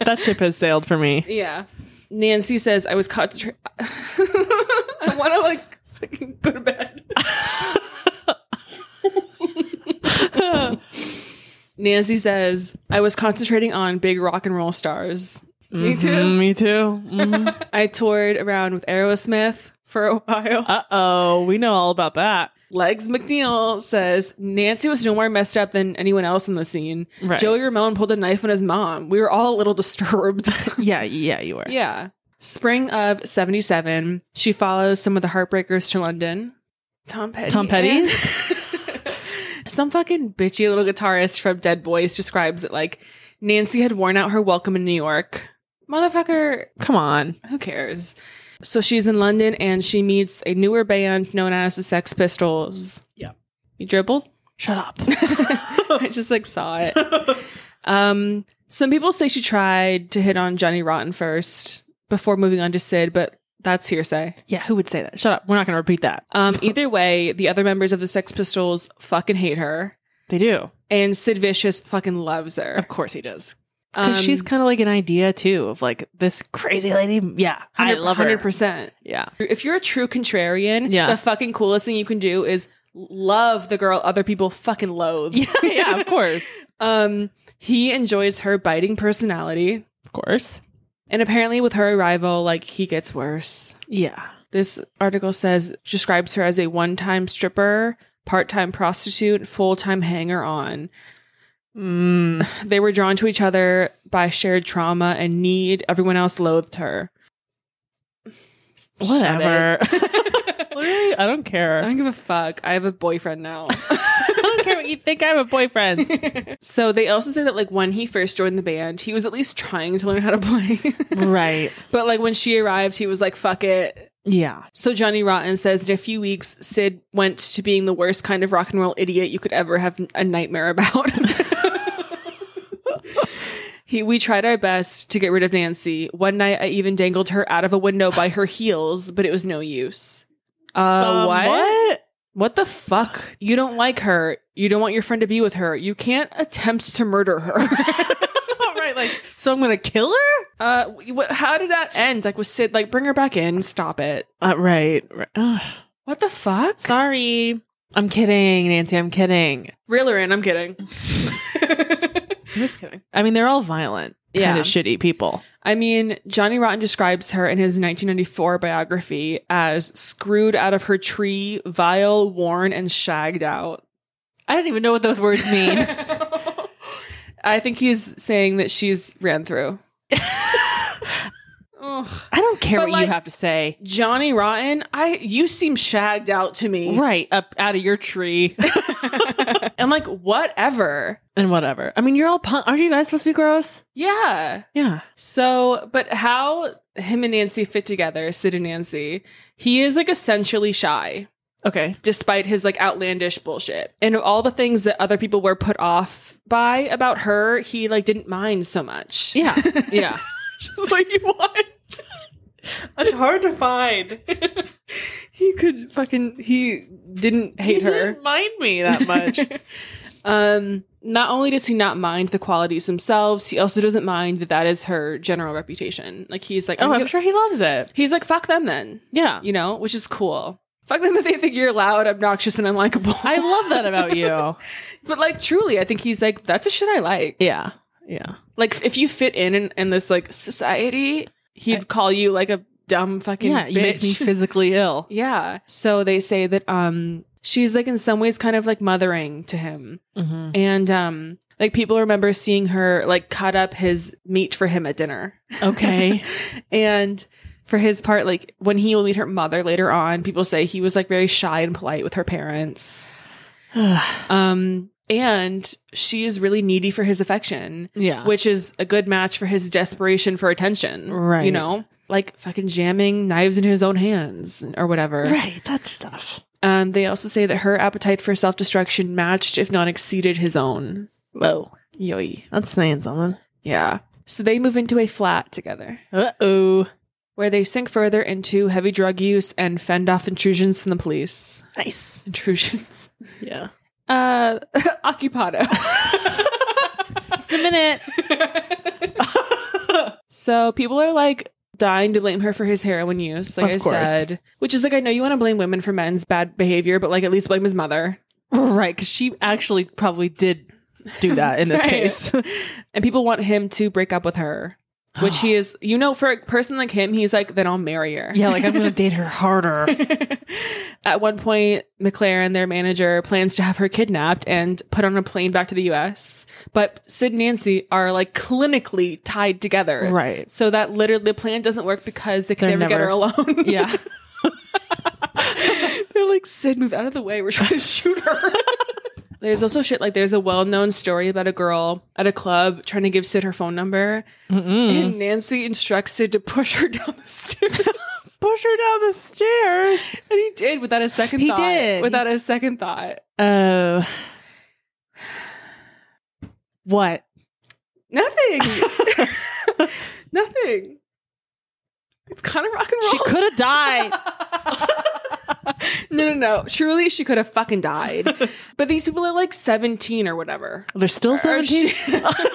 B: that ship has sailed for me.
A: Yeah. Nancy says I was caught. Tra- <laughs> I want to like fucking go to <laughs> bed. Nancy says I was concentrating on big rock and roll stars. Me too.
B: Mhm, Me too. <laughs> Mhm.
A: I toured around with Aerosmith for a while.
B: uh oh, we know all about that.
A: Legs McNeil says Nancy was no more messed up than anyone else in the scene.
B: Right.
A: Joey Ramone pulled a knife on his mom. We were all a
B: <laughs>
A: little <laughs> disturbed.
B: Yeah, yeah, you were.
A: yeah. Spring of 77, she follows some of the Heartbreakers to London. Tom Petty.
B: Tom Petty?
A: <laughs> some fucking bitchy little guitarist from Dead Boys describes it like Nancy had worn out her welcome in New York. Motherfucker,
B: Come on.
A: who cares? So she's in London and she meets a newer band known as the Sex Pistols.
B: Yeah.
A: You dribbled? <laughs>
B: Shut up.
A: I just like saw it. Um, some people say she tried to hit on Johnny Rotten first before moving on to Sid, but that's hearsay.
B: <laughs> yeah, who would say that? Shut up. We're not going to repeat that. <laughs>
A: Um, either way, the other members of the Sex Pistols fucking hate her,
B: They do.
A: and Sid Vicious fucking loves her.
B: Of course he does. Because
A: Um,
B: she's kind of like an idea too of like this crazy lady. Yeah, I love her.
A: 100%.
B: Yeah.
A: If you're a true contrarian,
B: Yeah.
A: the fucking coolest thing you can do is love the girl other people fucking
B: <laughs>
A: loathe.
B: yeah. Yeah, of course.
A: Um, he enjoys her biting personality,
B: Of course.
A: and apparently with her arrival, like he gets worse.
B: Yeah.
A: This article says describes her as a one-time stripper, part-time prostitute, full-time hanger-on.
B: Mm.
A: They were drawn to each other by shared trauma and need. Everyone else loathed her.
B: <laughs> Whatever.
A: Shut it.
B: Literally, I don't
A: I
B: care.
A: don't give a fuck. I have a boyfriend now. <laughs>
B: I don't care what you think. I have a boyfriend.
A: so they also say that like when he first joined the band, he was at least trying to learn how to play.
B: <laughs>
A: <laughs>
B: right.
A: but like when she arrived, he was like, fuck it.
B: Yeah.
A: So Johnny Rotten says in a few weeks, Sid went to being the worst kind of rock and roll idiot you could ever have a nightmare about. <laughs> he, we tried our best to get rid of Nancy. One night, I even dangled her out of a window by her heels, but it was no use. Uh,
B: Um,
A: what? What the fuck? You don't like her. You don't want your friend to be with her. You can't attempt to murder
B: <laughs>
A: her. <laughs>
B: what? right. Like, so I'm gonna kill her.
A: uh, wh- how did that end? Like, was Sid like, bring her back in? Stop it.
B: Uh, right. right. Ugh.
A: What the fuck?
B: Sorry. I'm kidding, Nancy. I'm kidding.
A: Real or in? I'm <laughs> kidding.
B: I'm just kidding. I mean, they're all violent, kind
A: Yeah.
B: of shitty people.
A: I mean, Johnny Rotten describes her in his 1994 biography as screwed out of her tree, vile, worn, and shagged out.
B: I don't even know what those words
A: <laughs>
B: mean.
A: I think he's saying that she's ran <laughs> through. Ugh.
B: I don't care
A: But,
B: what
A: like-
B: you have to say.
A: Johnny Rotten, I you seem shagged out to me.
B: Right up out of your tree <laughs>
A: I'm like, whatever.
B: and whatever. I mean, you're all punk. Aren't you guys supposed to be gross?
A: Yeah.
B: Yeah.
A: So, but how him and Nancy fit together, Sid and Nancy, he is like essentially shy.
B: <laughs> Okay.
A: despite his like outlandish bullshit. And of all the things that other people were put off by about her, he like didn't mind so much. <laughs>
B: Yeah. Yeah.
A: Just like you want.
B: it's hard to <laughs> find.
A: He could fucking he didn't hate her.
B: mind me that much.
A: Um not only does he not mind the qualities themselves, he also doesn't mind that that is her general reputation. Like he's like
B: <laughs> oh,
A: I'm
B: I'm
A: gi-
B: sure he loves it.
A: he's like fuck them then,
B: Yeah.
A: you know, which is cool. Fuck them if they think you're loud, obnoxious, and unlikable.
B: I love that about you.
A: <laughs> but like truly, I think he's like that's a shit I like.
B: <laughs> yeah. Yeah.
A: Like if you fit in, in in this like society, he'd call you like a dumb fucking
B: Yeah. You make me
A: bitch.
B: physically ill.
A: <laughs> yeah. So they say that um she's like in some ways kind of like mothering to him.
B: Mm-hmm.
A: And um like people remember seeing her like cut up his meat for him at dinner. <laughs>
B: Okay.
A: And for his part, like when he will meet her mother later on, people say he was like very shy and polite with her
B: <sighs>
A: parents. Um and she is really needy for his affection
B: yeah.
A: which is a good match for his desperation for attention.
B: Right.
A: You know, like fucking jamming knives into his own hands or whatever.
B: <laughs> right. That stuff.
A: Um, they also say that her appetite for self destruction matched, if not exceeded, his own.
B: Whoa.
A: Yoy.
B: That's saying something.
A: Yeah. So they move into a flat together
B: Uh oh.
A: where they sink further into heavy drug use and fend off intrusions from the police. <laughs>
B: Nice.
A: Intrusions.
B: Yeah. <laughs>
A: Uh, occupado.
B: Just a minute.
A: <laughs> So people are like dying to blame her for his heroin use, like
B: Of
A: I
B: course.
A: said. Which is like I know you want to blame women for men's bad behavior, but like at least blame his mother.
B: right. Because she actually probably did do that in this <laughs>
A: Right.
B: case.
A: And people want him to break up with her.
B: <gasps>
A: which he is, you know, for a person like him, he's like, then I'll marry her.
B: Yeah, like I'm gonna date her <laughs> harder.
A: At one point, McLaren, their manager, plans to have her kidnapped and put on a plane back to the US. But Sid and Nancy are like clinically tied together.
B: Right.
A: So that literally the plan doesn't work because they can
B: They're
A: never, get
B: never-
A: her alone.
B: <laughs> yeah.
A: <laughs> They're like, Sid, move out of the way. We're trying to shoot her. <laughs> there's also shit like there's a well known story about a girl at a club trying to give Sid her phone number.
B: Mm.
A: And Nancy instructs Sid to push her <laughs> down the stairs.
B: Push her down the stairs.
A: And he did without a second
B: He
A: thought.
B: did.
A: Without a second thought.
B: Oh. what? <laughs>
A: Nothing. Nothing. It's kind of rock and
B: <laughs>
A: roll.
B: She could have died.
A: no, no, no. Truly, she could have
B: <laughs>
A: fucking died. but these people are like 17 or whatever.
B: They're still
A: Or
B: 17.
A: she- <laughs>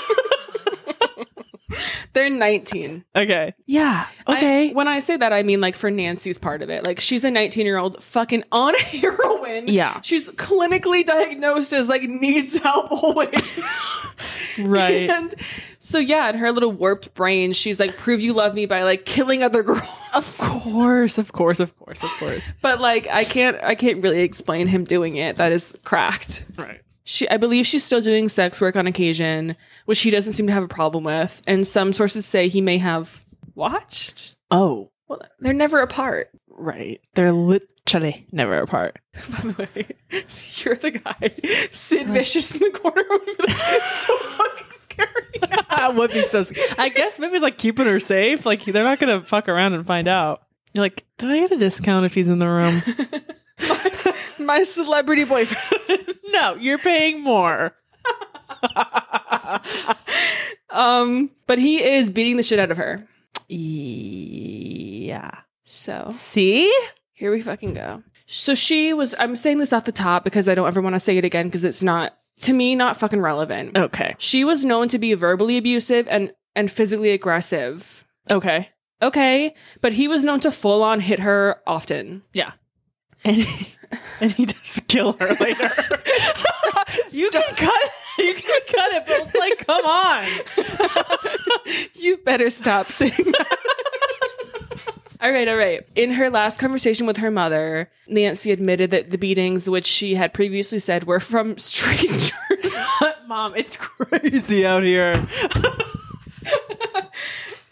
A: They're 19.
B: okay. Yeah.
A: I-
B: Okay.
A: when I say that, I mean like for Nancy's part of it. Like she's a 19 year old fucking on <laughs> heroin.
B: Yeah.
A: She's clinically diagnosed as like needs help <laughs> always.
B: <laughs> <laughs> right.
A: And so yeah, in her little warped brain, she's like, prove you love me by like killing other girls.
B: Of course, of course, of course, of course.
A: but like I can't I can't really explain him doing it. That is cracked.
B: Right.
A: She I believe she's still doing sex work on occasion, which he doesn't seem to have a problem with. And some sources say he may have watched.
B: Oh.
A: Well, they're never apart. <laughs>
B: Right. They're literally never apart. <laughs>
A: By the way, <laughs> you're the guy. Sid Vicious in the corner would <laughs> be like, so fucking scary. <laughs>
B: that would be so. sc- I guess maybe it's like keeping her safe. Like they're not gonna fuck around and find out. You're like, do I get a discount if he's in the room?
A: My celebrity boyfriend.
B: <laughs>
A: <laughs>
B: no, you're paying more.
A: um, but he is beating the shit out of her.
B: Yeah.
A: So
B: See?
A: Here we fucking go. So she was, I'm saying this off the top because I don't ever want to say it again because it's not, to me, not fucking relevant.
B: Okay.
A: She was known to be verbally abusive and, and physically aggressive.
B: Okay.
A: Okay. But he was known to full on hit her often.
B: Yeah. And he, <laughs> and he does kill her later. <laughs>
A: <laughs>
B: you can cut. You can cut it, but it's like, come on.
A: You better stop <laughs> saying that. All right, all right. In her last conversation with her mother, Nancy admitted that the beatings, which she had previously said were from <laughs> strangers,
B: <laughs> Mom, it's crazy out here.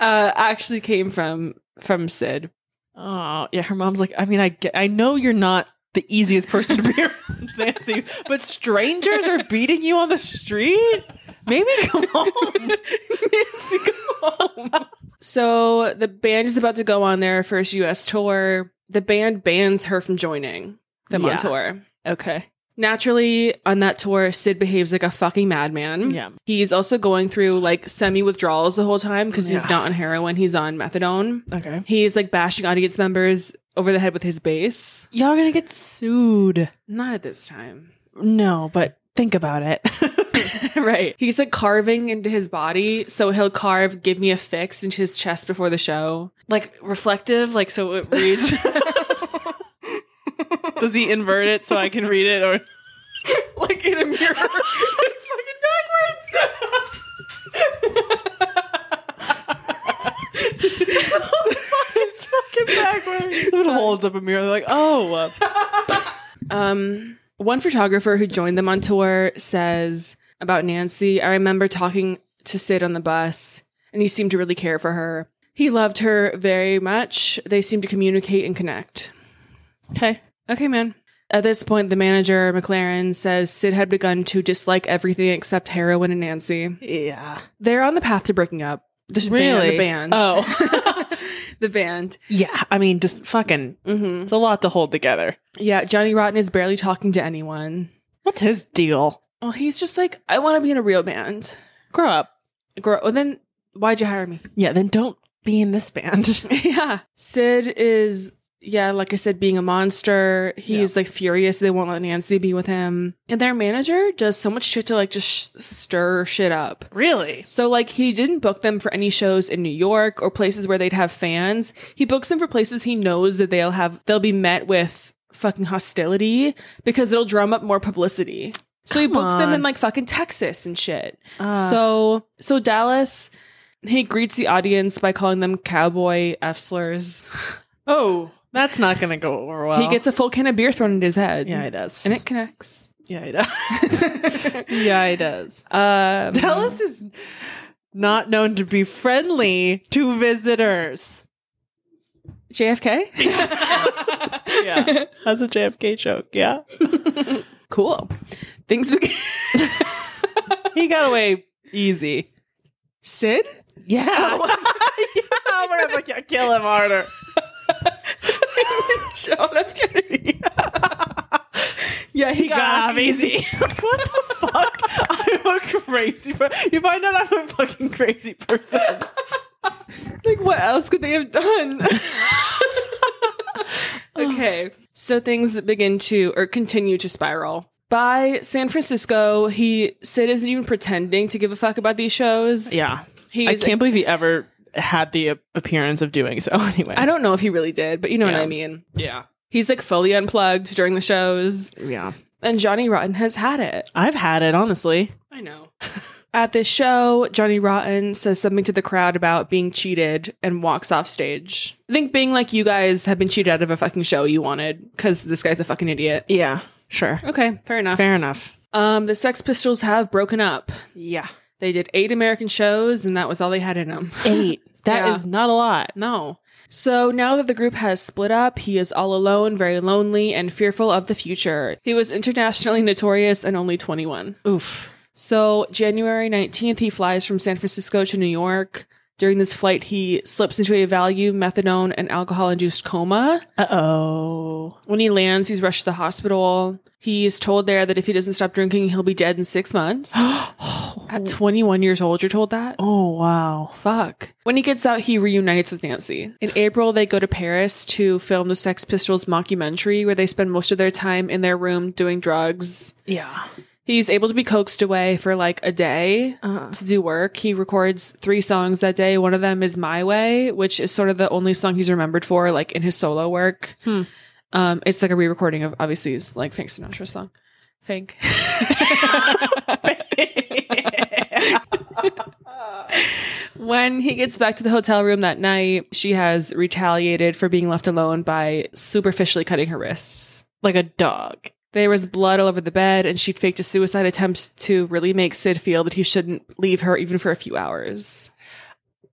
A: uh, actually came from from Sid.
B: Oh, yeah. Her mom's like, I mean, I, get, I know you're not the easiest person to be <laughs> around, Nancy, but strangers are beating you on the street? Maybe come on. <laughs>
A: Nancy, come home. So the band is about to go on their first US tour. The band bans her from joining them
B: Yeah.
A: on tour.
B: Okay.
A: Naturally, on that tour, Sid behaves like a fucking madman.
B: Yeah.
A: He's also going through like semi withdrawals the whole time because he's
B: Yeah.
A: not on heroin, he's on methadone.
B: Okay.
A: He's like bashing audience members over the head with his bass.
B: Y'all gonna get sued.
A: Not at this time.
B: No, but think about it.
A: <laughs> right. He's like carving into his body. So he'll carve give me a fix into his chest before the show.
B: like reflective, like so it
A: <laughs>
B: reads. <laughs> Does he invert it so I can read it or
A: like in a mirror. it's fucking backwards.
B: <laughs> get backwards? It holds up a mirror. They're like, oh, uh,
A: um, one photographer who joined them on tour says about Nancy. I remember talking to Sid on the bus, and he seemed to really care for her. He loved her very much. They seemed to communicate and connect.
B: okay,
A: Okay, man. At this point, the manager, McLaren, says Sid had begun to dislike everything except heroin and Nancy.
B: yeah,
A: They're on the path to breaking up. The band-
B: really,
A: the band.
B: Oh,
A: <laughs>
B: <laughs>
A: the band.
B: yeah. I mean, just fucking.
A: hmm
B: It's a lot to hold together.
A: Yeah, Johnny Rotten is barely talking to anyone.
B: What's his deal?
A: Well, he's just like, I want to be in a real band.
B: Grow up.
A: Girl, well, then why'd you
B: <laughs>
A: hire me?
B: Yeah, then don't be in this band. <laughs>
A: yeah. Sid is, yeah, like I said, being a monster. He's like furious. They won't let Nancy be with him. And their manager does so much shit to like just sh- stir shit up.
B: Really?
A: So like he didn't book them for any shows in New York or places where they'd have fans. He books them for places he knows that they'll have they'll be met with fucking hostility because it'll drum up more publicity. So he
B: Come
A: books them
B: on. Ah.
A: in like fucking Texas and shit.
B: Uh,
A: so so Dallas He greets the audience by calling them cowboy F slurs.
B: Oh, that's not going to go over well.
A: He gets a full can of beer thrown at his head.
B: yeah, he does.
A: And it connects.
B: yeah, he does. <laughs> yeah, he does.
A: Um,
B: Dallas is not known to be friendly to visitors. <laughs>
A: JFK?
B: Yeah, <laughs> that's a JFK joke. Yeah,
A: cool. Things begin. <laughs>
B: he got away easy.
A: Sid? Oh
B: Yeah, <laughs> I'm gonna have to kill him harder.
A: Shut up, Kennedy. <laughs> yeah, he, got, off easy.
B: <laughs> what the fuck? I'm a crazy person. You find out I'm a fucking crazy person.
A: Like, what else could they have done? <laughs> okay. So things begin to or continue to spiral. By San Francisco, he Sid isn't even pretending to give a fuck about these
B: <laughs>
A: shows.
B: Yeah,
A: He's-
B: I can't believe he ever had the uh, appearance of doing so. <laughs> Anyway,
A: I don't know if he really did, but you know what
B: Yeah.
A: I mean.
B: Yeah,
A: He's like fully unplugged during the shows,
B: yeah.
A: and Johnny Rotten has had it.
B: I've had it honestly.
A: I know. At this show, Johnny Rotten says something to the crowd about being cheated and walks off stage. I think being like, you guys have been cheated out of a fucking show you wanted because this guy's a fucking idiot.
B: Yeah, sure.
A: Okay, fair enough.
B: Fair enough.
A: Um, the Sex Pistols have broken up.
B: Yeah.
A: They did eight American shows, and that was all they had in them. <laughs>
B: Eight. That is
A: Yeah.
B: not a lot.
A: no. So now that the group has split up, he is all alone, very lonely, and fearful of the future. He was internationally notorious and only 21.
B: Oof.
A: So, January 19th, he flies from San Francisco to New York. During this flight, he slips into a value, methadone, and alcohol induced coma.
B: Uh oh.
A: When he lands, he's rushed to the hospital. He's told there that if he doesn't stop drinking, he'll be dead in six months. At 21 years old, you're told that?
B: Oh wow.
A: Fuck. When he gets out, he reunites with Nancy. In April, they go to Paris to film the Sex Pistols mockumentary where they spend most of their time in their room doing drugs.
B: Yeah.
A: He's able to be coaxed away for like a day <laughs>
B: Uh-huh.
A: to do work. He records three songs that day. One of them is My Way, which is sort of the only song he's remembered for, like in his solo work.
B: Hmm.
A: Um, it's like a re recording of obviously his like Frank Sinatra's song. Fink. <laughs> When he gets back to the hotel room that night, she has retaliated for being left alone by superficially cutting her wrists.
B: like a dog.
A: There was blood all over the bed, and she faked a suicide attempt to really make Sid feel that he shouldn't leave her even for a few hours.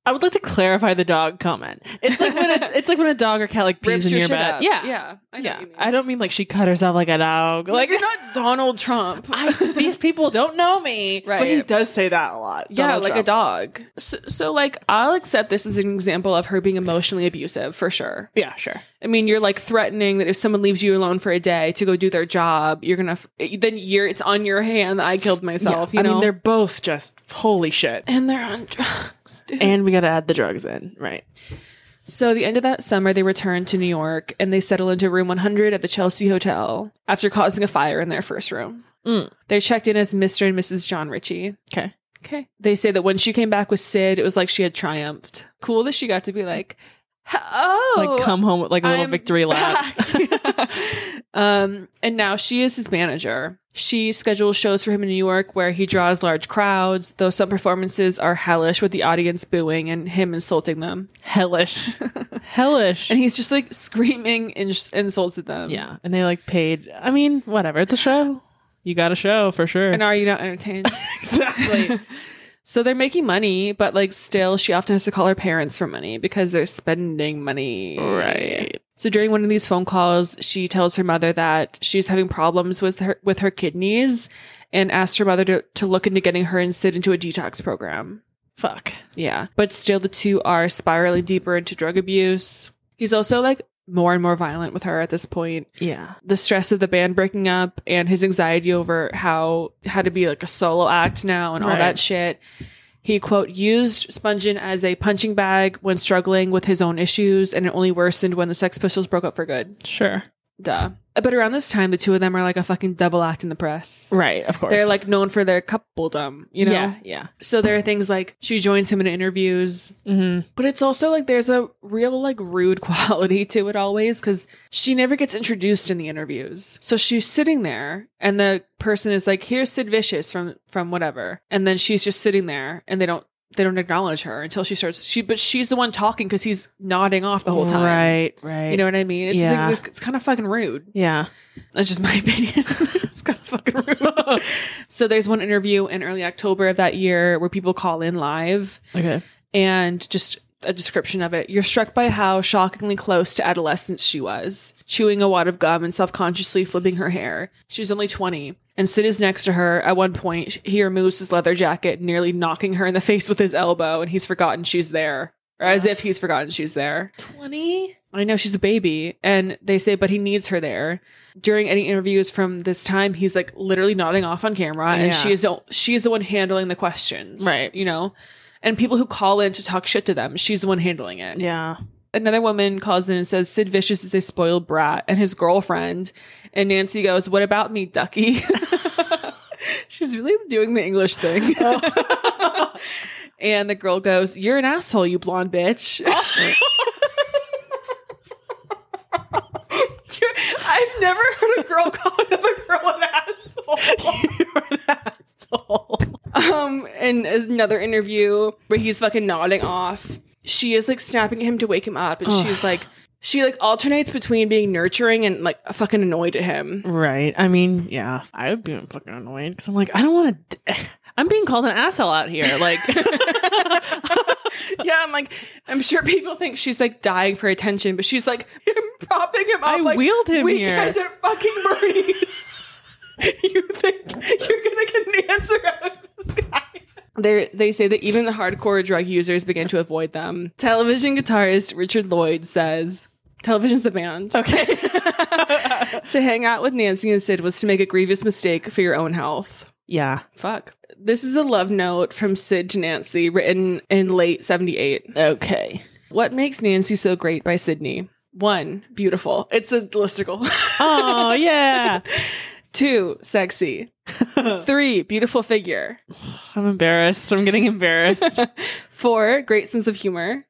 B: I would like to clarify the dog comment. It's like when
A: <laughs>
B: a, it's like when a dog or cat like pees in your bed. Yeah.
A: yeah, I know.
B: Yeah.
A: what you mean.
B: I don't mean like she cut herself like a dog. Like
A: you're not Donald Trump.
B: I, <laughs> these people don't know me. But he
A: Right.
B: does say that a lot.
A: yeah,
B: Donald
A: like a
B: Trump.
A: dog. So, so, like, I'll accept this as an example of her being emotionally abusive for sure.
B: Yeah, sure.
A: I mean, you're like threatening that if someone leaves you alone for a day to go do their job, you're gonna f- then you're it's on your hand that I killed myself.
B: Yeah.
A: You know,
B: I mean, they're both just holy shit.
A: and they're on drugs. dude.
B: And we got to add the drugs in, right?
A: So the end of that summer, they return to New York and they settle into room 100 at the Chelsea Hotel after causing a fire in their first room.
B: Mm.
A: They're checked in as Mr. and Mrs. John Ritchie.
B: Okay.
A: Okay. They say that when she came back with Sid, it was like she had triumphed. Cool that she got to be like, oh,
B: Like come home with like a little
A: I'm
B: victory lap.
A: back. um, and now she is his manager. She schedules shows for him in New York where he draws large crowds, though some performances are hellish with the audience booing and him insulting them.
B: <laughs> <laughs> Hellish. Hellish.
A: And he's just like screaming ins- insults at them.
B: Yeah, and they like paid. I mean, whatever. It's a show. You got a show for sure. <laughs>
A: And are you not entertained?
B: exactly.
A: so they're making money, but like still, she often has to call her parents for money because they're spending money.
B: Right.
A: So during one of these phone calls, she tells her mother that she's having problems with her with her kidneys, and asks her mother to, to look into getting her and Sid into a detox program.
B: Fuck.
A: Yeah, but still, the two are spiraling deeper into drug abuse. He's also like more and more violent with her at this point.
B: Yeah.
A: the stress of the band breaking up and his anxiety over how how to be like a solo act now and all
B: Right.
A: that shit. He quote used Spongin as a punching bag when struggling with his own issues, and it only worsened when the Sex Pistols broke up for good.
B: Sure.
A: Duh. But around this time, the two of them are like a fucking double act in the press.
B: Right. Of course.
A: They're like known for their coupledom, you know.
B: Yeah. Yeah.
A: So there are things like she joins him in interviews,
B: Mm-hmm.
A: but it's also like there's a real like rude <laughs> quality to it always because she never gets introduced in the interviews. So she's sitting there and the person is like, here's Sid Vicious from from whatever. And then she's just sitting there and they don't they don't acknowledge her until she starts. She but she's the one talking because he's nodding off the whole time.
B: Right, right.
A: You know what I mean? It's
B: Yeah.
A: just like, this, it's kind of fucking rude.
B: yeah.
A: That's just my <laughs> opinion. it's kind of fucking rude. so there's one interview in early October of that year where people call in live
B: Okay.
A: and just a description of it. You're struck by how shockingly close to adolescence she was, chewing a wad of gum and self consciously flipping her hair. She was only 20. And Sid is next to her. At one point, he removes his leather jacket, nearly knocking her in the face with his elbow, and he's forgotten she's there. Or as if he's forgotten she's there.
B: 20?
A: I know she's a baby. And they say, but he needs her there. During any interviews from this time, he's like literally nodding off on camera,
B: Yeah.
A: and she is the, she is the one handling the questions,
B: Right.
A: You know, and people who call in to talk shit to them, she's the one handling it.
B: Yeah.
A: Another woman calls in and says Sid Vicious is a spoiled brat and his girlfriend, and Nancy goes, "What about me, Ducky?" <laughs> she's really doing the English thing. <laughs> and the girl goes, "You're an asshole, you blonde bitch." <laughs> I've never heard a girl call another girl an
B: <laughs>
A: asshole.
B: You're an asshole.
A: Um, and another interview where he's fucking nodding off. She is like snapping at him to wake him up, and she's like, she like alternates between being nurturing and like fucking annoyed at him.
B: Right. I mean, yeah. I would be fucking annoyed because I'm like, I don't want to. D- <sighs> I'm being called an asshole out here. Like, <laughs>
A: <laughs> yeah, I'm like, I'm sure people think she's like dying for attention, but she's like, <laughs> I'm propping him up.
B: I
A: like,
B: wheeled him
A: weekend
B: here."
A: at fucking Bernie's. <laughs> you think you're gonna get an answer out of this guy? They they say that even the hardcore drug users begin to avoid them. Television guitarist Richard Lloyd says, "Television's a band.
B: okay.
A: To hang out with Nancy and Sid was to make a grievous mistake for your own health."
B: Yeah.
A: Fuck. This is a love note from Sid to Nancy, written in late '78.
B: Okay.
A: What makes Nancy so great by Sydney? One, beautiful. It's a listicle. <laughs>
B: Oh, <laughs> yeah.
A: Two, sexy. Three, beautiful figure.
B: I'm embarrassed. I'm getting <laughs> embarrassed.
A: Four, great sense of humor.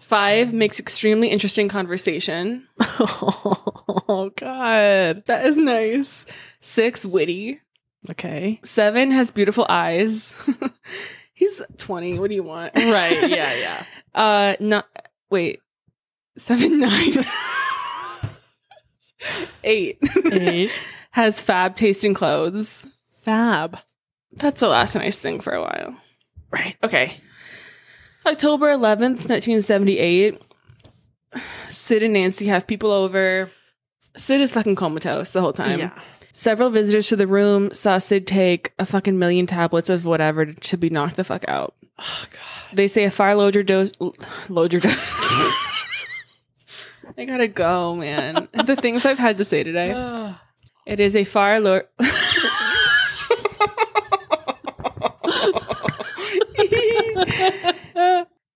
A: Five, makes extremely interesting conversation.
B: oh, God.
A: That is nice. Six, witty.
B: Okay.
A: Seven, has beautiful eyes. <laughs> He's 20. What do you
B: <laughs>
A: want?
B: Right. Yeah. <laughs> Yeah.
A: <laughs> Uh, not, wait. Seven, <laughs> nine. Eight, <laughs>
B: Eight.
A: has fab taste in clothes.
B: Fab.
A: That's the last nice thing for a while.
B: Right. Okay.
A: October 11th, 1978. Sid and Nancy have people over. Sid is fucking comatose the whole time.
B: yeah.
A: Several visitors to the room saw Sid take a fucking million tablets of whatever to be knocked the fuck out.
B: Oh, God.
A: They say a fire load your dose. l- Load your dose. <laughs> I gotta go, man. the things I've had to
B: <laughs>
A: say today. It is a far lower. <laughs>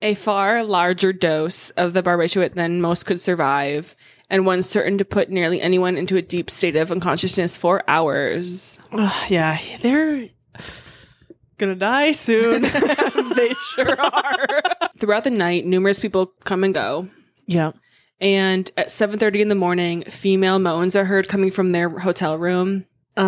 A: a far larger dose of the barbiturate than most could survive, and one certain to put nearly anyone into a deep state of unconsciousness for hours.
B: Ugh, yeah. They're gonna die
A: <laughs>
B: soon. <laughs> they sure are.
A: Throughout the night, numerous people come and go.
B: Yeah.
A: And at 7:30 in the morning, female moans are heard coming from their hotel room.
B: Uh.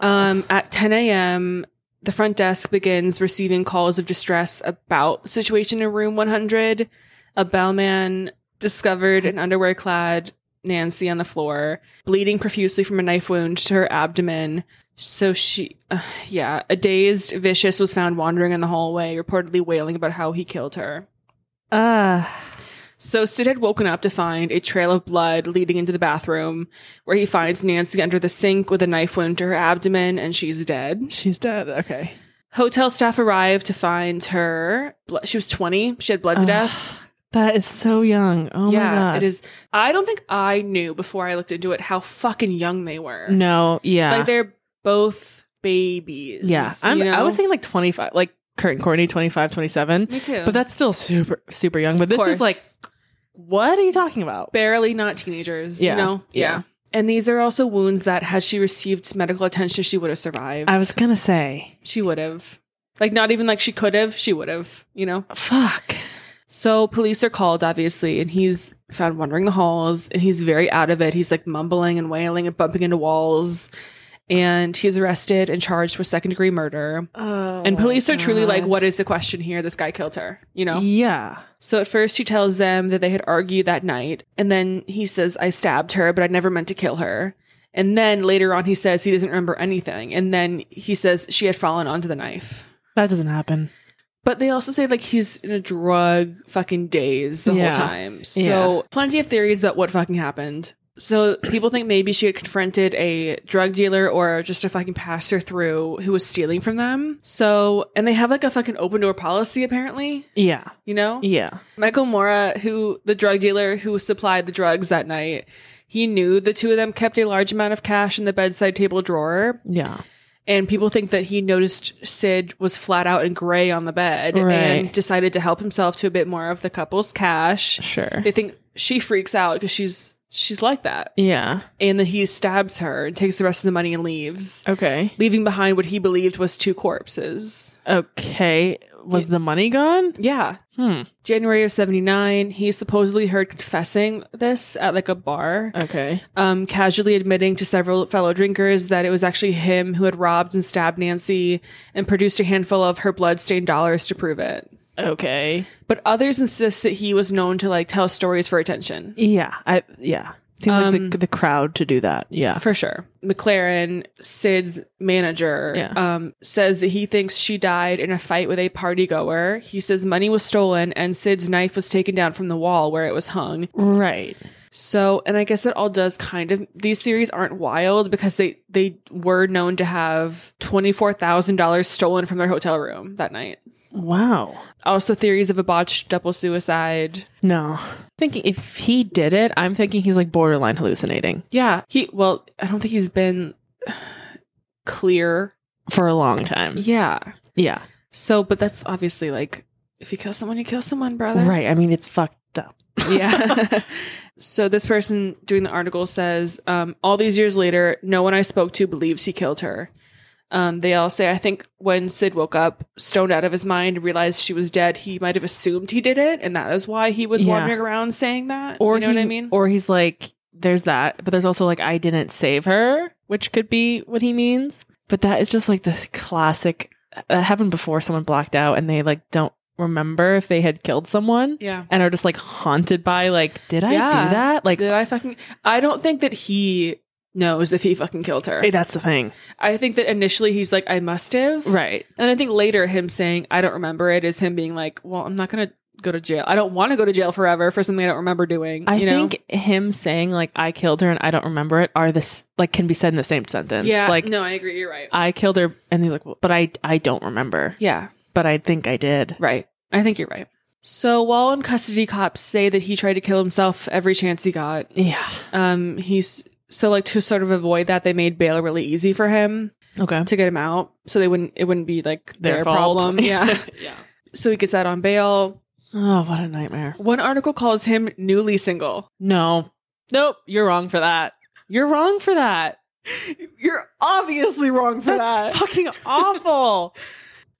A: Um, at 10 a.m., the front desk begins receiving calls of distress about the situation in room 100. A bellman discovered an underwear clad Nancy on the floor, bleeding profusely from a knife wound to her abdomen. So she, uh, yeah, a dazed Vicious was found wandering in the hallway, reportedly wailing about how he killed her.
B: Uh.
A: So Sid had woken up to find a trail of blood leading into the bathroom, where he finds Nancy under the sink with a knife wound to her abdomen, and she's dead.
B: She's dead. Okay.
A: Hotel staff arrived to find her. bl- She was 20. She had bled to death.
B: That is so young. Oh my
A: yeah,
B: god.
A: it is. I don't think I knew before I looked into it how fucking young they were.
B: No. Yeah.
A: Like they're both babies.
B: yeah. I'm,
A: you know?
B: I was thinking like 25, like Kurt and Courtney, 25, 27.
A: Me too.
B: But that's still super, super young. But this is
A: course.
B: like, what are you talking about?
A: barely not teenagers.
B: Yeah,
A: You know?
B: yeah.
A: And these are also wounds that, had she received medical attention, she would have survived.
B: I was gonna say,
A: she would have. Like, not even like she could have, she would have, you know?
B: fuck.
A: So police are called, obviously, and he's found wandering the halls and he's very out of it. He's like mumbling and wailing and bumping into walls. and he's arrested and charged with second degree murder.
B: Oh,
A: and
B: my
A: police are truly like,
B: God.
A: what is the question here? This guy killed her, you know?
B: Yeah.
A: So at first he tells them that they had argued that night, and then he says, I stabbed her, but I never meant to kill her. And then later on he says he doesn't remember anything, and then he says she had fallen onto the knife.
B: That doesn't happen.
A: But they also say like he's in a drug fucking daze the
B: Yeah.
A: whole time. So plenty of theories about what fucking happened. So people think maybe she had confronted a drug dealer or just a fucking passer through who was stealing from them. So and they have like a fucking open door policy apparently,
B: Yeah.
A: you know?
B: Yeah.
A: Michael Mora, who the drug dealer who supplied the drugs that night, he knew the two of them kept a large amount of cash in the bedside table drawer
B: Yeah.
A: and people think that he noticed Sid was flat out and gray on the bed
B: Right.
A: and decided to help himself to a bit more of the couple's cash.
B: Sure.
A: They think she freaks out because she's she's like that,
B: yeah.
A: and then he stabs her and takes the rest of the money and leaves,
B: Okay.
A: leaving behind what he believed was two corpses.
B: Okay. Was the money gone?
A: Yeah.
B: Hmm.
A: January of 79, he supposedly heard confessing this at like a bar,
B: Okay.
A: um, casually admitting to several fellow drinkers that it was actually him who had robbed and stabbed Nancy and produced a handful of her bloodstained dollars to prove it.
B: Okay.
A: But others insist that he was known to like tell stories for attention.
B: Yeah. I yeah. Seems like the, the crowd to do that. Yeah.
A: For sure. McLaren, Sid's manager,
B: Yeah.
A: um, says that he thinks she died in a fight with a party goer. He says money was stolen and Sid's knife was taken down from the wall where it was hung.
B: right.
A: So, and I guess it all does kind of these series aren't wild because they they were known to have $24,000 stolen from their hotel room that night.
B: Wow.
A: Also theories of a botched double suicide.
B: No. Thinking if he did it, I'm thinking he's like borderline hallucinating
A: Yeah, he well, I don't think he's been <sighs> clear.
B: for a long time.
A: Yeah.
B: Yeah.
A: So, but that's obviously like if you kill someone, you kill someone, brother.
B: Right. I mean, it's fucked up.
A: Yeah. <laughs> so this person doing the article says, um, all these years later, no one I spoke to believes he killed her. Um, they all say, I think when Sid woke up, stoned out of his mind, and realized she was dead, he might have assumed he did it, and that is why he was
B: Yeah.
A: wandering around saying that. Or you know
B: he,
A: what I mean?
B: Or he's like, there's that, but there's also like, I didn't save her, which could be what he means. But that is just like this classic that happened before someone blacked out and they like don't remember if they had killed someone
A: yeah.
B: and are just like haunted by like, did I
A: Yeah.
B: do that? Like,
A: Did I fucking? I don't think that he knows if he fucking killed her.
B: hey, that's the thing,
A: I think that initially he's like, I must have,
B: right?
A: And I think later him saying, I don't remember it is him being like, well, I'm not going to go to jail. I don't want to go to jail forever for something I don't remember doing.
B: I
A: you know?
B: think him saying like I killed her and I don't remember it are this like can be said in the same sentence.
A: Yeah.
B: like
A: no, I agree. You're right.
B: I killed her and they're like, well, but I I don't remember,
A: yeah.
B: but I think I did.
A: Right. I think you're right. So while in custody, cops say that he tried to kill himself every chance he got.
B: Yeah.
A: Um, he's so like to sort of avoid that, they made bail really easy for him
B: Okay.
A: to get him out, so they wouldn't it wouldn't be like
B: Their
A: their,
B: fault. <laughs>
A: problem. Yeah.
B: yeah.
A: so he gets out on bail.
B: Oh, what a nightmare.
A: One article calls him newly single.
B: No. Nope. You're wrong for that. You're wrong for that.
A: You're obviously wrong for
B: That's
A: that.
B: fucking awful.
A: <laughs>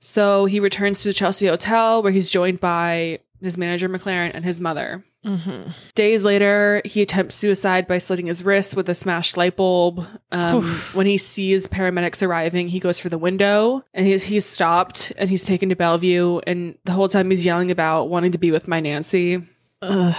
A: So he returns to the Chelsea Hotel where he's joined by his manager McLaren and his mother.
B: mm-hmm.
A: Days later, he attempts suicide by slitting his wrist with a smashed light bulb. Um,
B: Oof.
A: when he sees paramedics arriving, he goes for the window and he's, he's stopped and he's taken to Bellevue. And the whole time he's yelling about wanting to be with my Nancy. Yeah.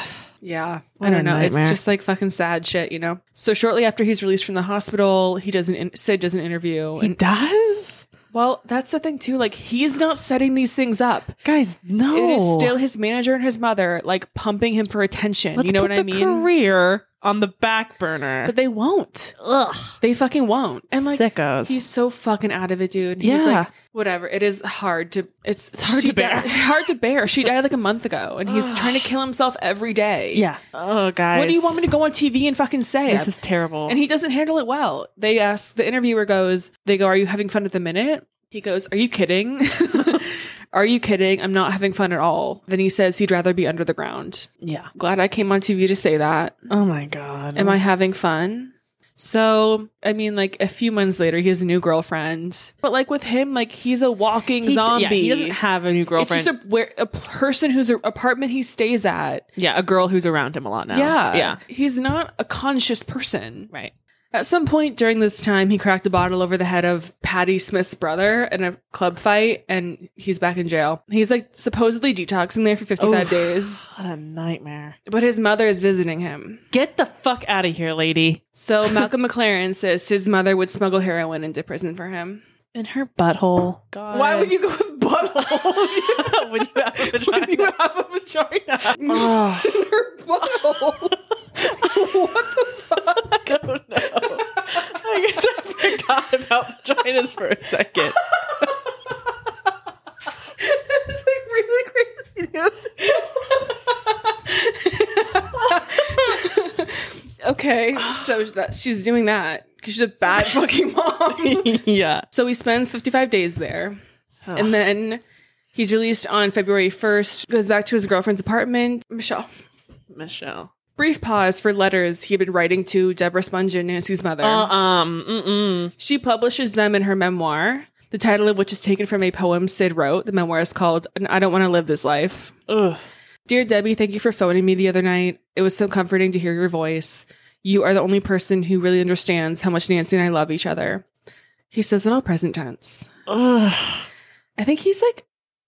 B: What
A: I
B: a
A: don't know.
B: nightmare.
A: It's just like fucking sad shit, you know? So shortly after he's released from the hospital, he does an in- Sid does an interview.
B: He
A: and
B: does?
A: well, that's the thing too. Like he's not setting these things up.
B: Guys, no.
A: It is still his manager and his mother like pumping him for attention.
B: Let's
A: you know
B: put
A: what I
B: the
A: mean?
B: career on the back burner.
A: but they won't.
B: ugh.
A: They fucking won't. And like
B: Sickos.
A: he's so fucking out of it, dude. And He's
B: Yeah.
A: like, whatever. It is hard to it's,
B: hard
A: she
B: to bear.
A: di- <laughs> hard to bear. She died like a month ago and he's <sighs> trying to kill himself every day.
B: yeah. Oh, guys.
A: What do you want me to go on TV and fucking say?
B: This is terrible.
A: and he doesn't handle it well. They ask the interviewer goes, they go, "Are you having fun at the minute?" He goes, "Are you kidding? <laughs> Are you kidding? I'm not having fun at all." Then he says he'd rather be under the ground.
B: yeah.
A: Glad I came on TV to say that.
B: Oh my god.
A: Am I having fun? So, I mean, like a few months later, he has a new girlfriend. But like with him, like he's a walking
B: He-
A: zombie.
B: yeah, he doesn't have a new
A: it's
B: girlfriend.
A: just a, where, a person whose apartment he stays at.
B: Oh, yeah, a girl who's around him a lot now.
A: Yeah.
B: Yeah.
A: He's not a conscious person.
B: Right.
A: At some point during this time, he cracked a bottle over the head of Patty Smith's brother in a club fight, and he's back in jail. He's like supposedly detoxing there for 55
B: Oof.
A: days,
B: What a nightmare.
A: but his mother is visiting him.
B: Get the fuck out of here, lady.
A: <laughs> So Malcolm McLaren says his mother would smuggle heroin into prison for him.
B: In her butthole. God.
A: Why would you go with
B: <laughs>
A: butthole?
B: when you have a
A: when you
B: vagina?
A: have a vagina
B: Ugh,
A: in her butthole?
B: <laughs> I don't know. I guess I forgot about vaginas for a second.
A: <laughs> it's like really crazy, dude. <laughs> okay, so that she's doing that because she's a <laughs> bad fucking mom.
B: yeah.
A: so he spends 55 days there,
B: Ugh.
A: and then he's released on February 1st. Goes back to his girlfriend's apartment, Michelle.
B: Michelle.
A: Brief pause for letters he had been writing to Deborah Spungen, Nancy's mother.
B: um, mm-mm.
A: She publishes them in her memoir, the title of which is taken from a poem Sid wrote. The memoir is called I Don't Want to Live This Life.
B: Ugh.
A: Dear Debbie, thank you for phoning me the other night. It was so comforting to hear your voice. You are the only person who really understands how much Nancy and I love each other. He says in all present tense.
B: Ugh.
A: I think he's like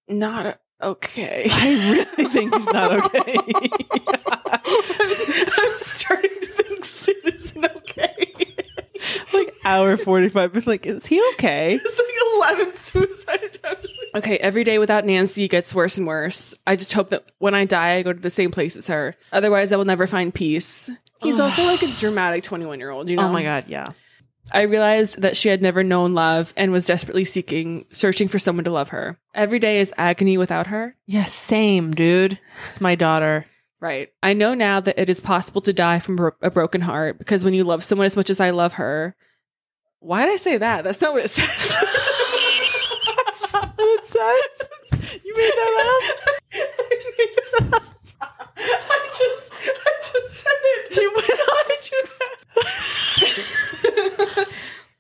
A: not okay. <laughs>
B: I really think he's not okay.
A: I'm starting to think Sid isn't okay.
B: <laughs> like hour 45 but like is he
A: <laughs>
B: okay
A: It's like 11 suicide attempts. Okay, every day without Nancy gets worse and worse. I just hope that when I die, I go to the same place as her. Otherwise, I will never find peace. He's also like a dramatic 21 year old, you know?
B: oh my god yeah
A: I realized that she had never known love and was desperately seeking, searching for someone to love her. Every day is agony without her.
B: yeah same dude it's my daughter
A: Right. I know now that it is possible to die from bro- a broken heart because when you love someone as much as I love her, why did I say that? That's not what it says. <laughs> That's not what it says. You made that up. I made that up. <laughs> I just, I just said it.
B: <laughs>
A: You just.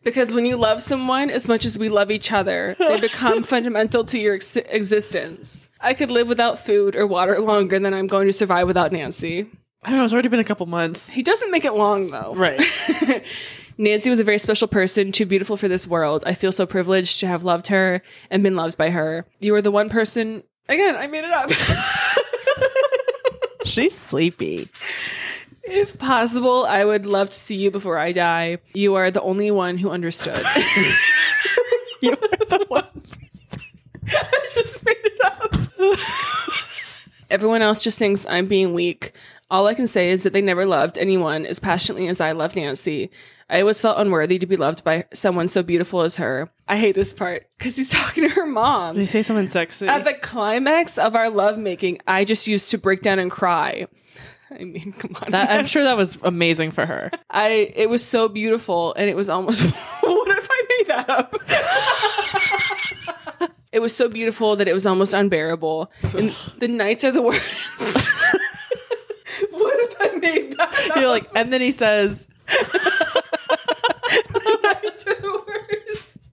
A: because when you love someone as much as we love each other, they become fundamental to your ex- existence. I could live without food or water longer than I'm going to survive without Nancy.
B: i don't know it's already been a couple months
A: He doesn't make it long though.
B: right
A: Nancy was a very special person, too beautiful for this world. I feel so privileged to have loved her and been loved by her. You are the one person. Again, I made it up.
B: <laughs>
A: <laughs>
B: she's sleepy
A: if possible, I would love to see you before I die. You are the only one who understood.
B: you are the one
A: <laughs> I just made it up. Everyone else just thinks I'm being weak. All I can say is that they never loved anyone as passionately as I loved Nancy. I always felt unworthy to be loved by someone so beautiful as her. I hate this part because he's <laughs> talking to her mom.
B: you say something sexy
A: At the climax of our lovemaking, I just used to break down and cry. I mean, come on.
B: that,
A: <laughs>
B: i'm sure that was amazing for her
A: I it was so beautiful and it was almost <laughs> what if I made that <laughs> up? it was so beautiful that it was almost unbearable. And the nights are the worst. what if I made that up?
B: you're like and then he says
A: the nights are the worst.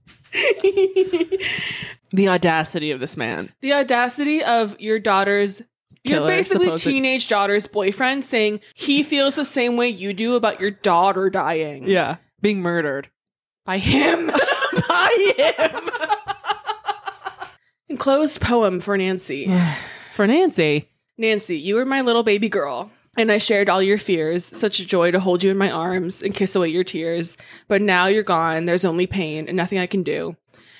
B: the audacity of this man
A: the audacity of your daughter's your
B: Killer,
A: basically
B: supposedly.
A: teenage daughter's boyfriend saying he feels the same way you do about your daughter dying
B: yeah being murdered
A: by <laughs> him.
B: i
A: <laughs> Enclosed poem for Nancy.
B: am for nancy
A: Nancy, you were my little baby girl, and I shared all your fears. Such a joy to hold you in my arms and kiss away your tears. But now you're gone. There's only pain and nothing I can do.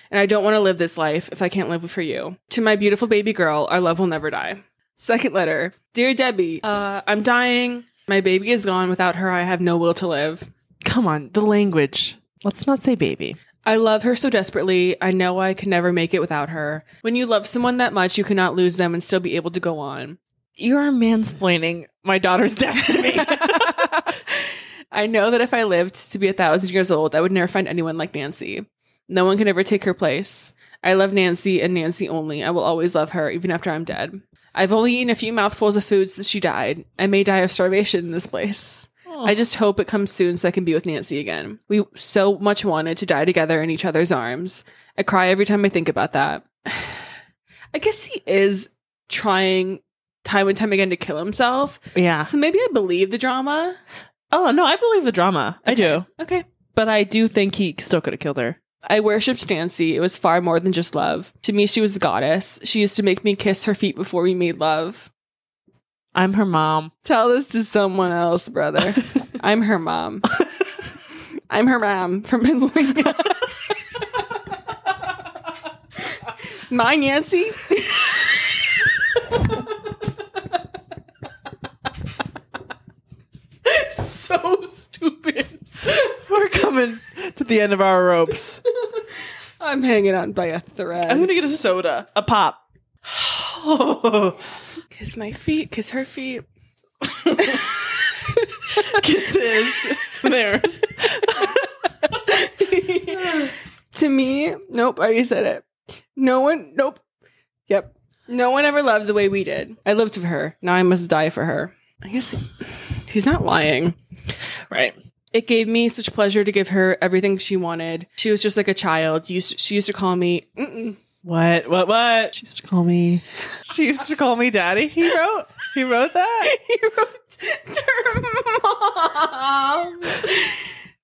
A: And I don't want to live this life if I can't live for you. To my beautiful baby girl, our love will never die. Second letter Dear Debbie, uh, I'm dying. My baby is gone. Without her, I have no will to live.
B: come on the language let's not say baby
A: I love her so desperately. I know I can never make it without her. When you love someone that much, you cannot lose them and still be able to go on.
B: you are mansplaining my daughter's <laughs> death to me
A: I know that if I lived to be a thousand years old, I would never find anyone like Nancy. No one can ever take her place. I love Nancy and Nancy only. I will always love her, even after I'm dead. I've only eaten a few mouthfuls of food since she died. I may die of starvation in this place. I just hope it comes soon so I can be with Nancy again. We so much wanted to die together in each other's arms. I cry every time I think about that. <sighs> I guess he is trying time and time again to kill himself.
B: yeah
A: So maybe I believe the drama.
B: Oh no, I believe the drama. I do,
A: Okay.
B: but I do think he still could have killed her.
A: I worshipped Nancy. It was far more than just love. To me, she was a goddess. She used to make me kiss her feet before we made love.
B: I'm her mom.
A: Tell this to someone else, <laughs> brother. I'm her mom. I'm her mom from <laughs> Pennsylvania. My Nancy.
B: so stupid. <laughs> We're coming to the end of our ropes.
A: I'm hanging on by a thread.
B: I'm gonna get a soda, a pop.
A: kiss my feet, kiss her <laughs> feet.
B: Kisses. There's.
A: To me, nope, I already said it. No one, nope. Yep. No one ever loved the way we did. I lived for her. Now I must die for her. I guess he's not lying.
B: Right.
A: It gave me such pleasure to give her everything she wanted. She was just like a child. Used, she used to call me, Mm-mm.
B: <laughs> What? What? What? She used to call me. She used to call me daddy. He wrote. He wrote that.
A: <laughs> he wrote to her mom.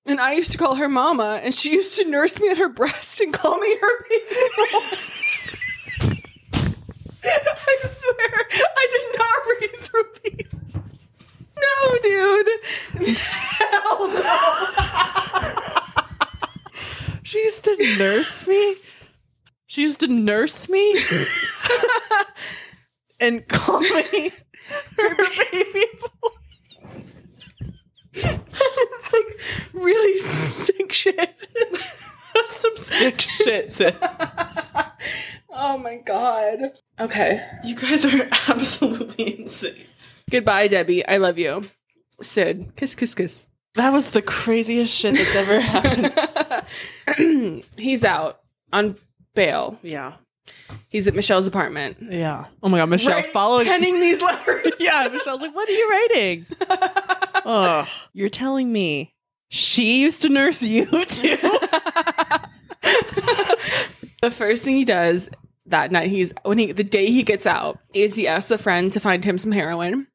A: And I used to call her mama, and she used to nurse me at her breast and call me her baby. <laughs> I swear, I did not read through these. No, dude. Hell no.
B: She used to nurse me. She used to nurse <laughs> me and call me her baby boy.
A: It's like really sick shit.
B: That's <laughs> some sick shit. sis.
A: Oh my god. Okay.
B: You guys are absolutely insane.
A: Goodbye, Debbie. I love you. Sid. Kiss, kiss, kiss.
B: That was the craziest shit that's ever happened.
A: <laughs> He's out on bail.
B: yeah.
A: He's at Michelle's apartment.
B: Yeah. Oh my god, Michelle following
A: penning these letters.
B: <laughs> Yeah, Michelle's like, "What are you <laughs> writing?" oh, you're telling me she used to nurse you <laughs> too?
A: The first thing he does that night, he's when he the day he gets out, is he asks a friend to find him some heroin.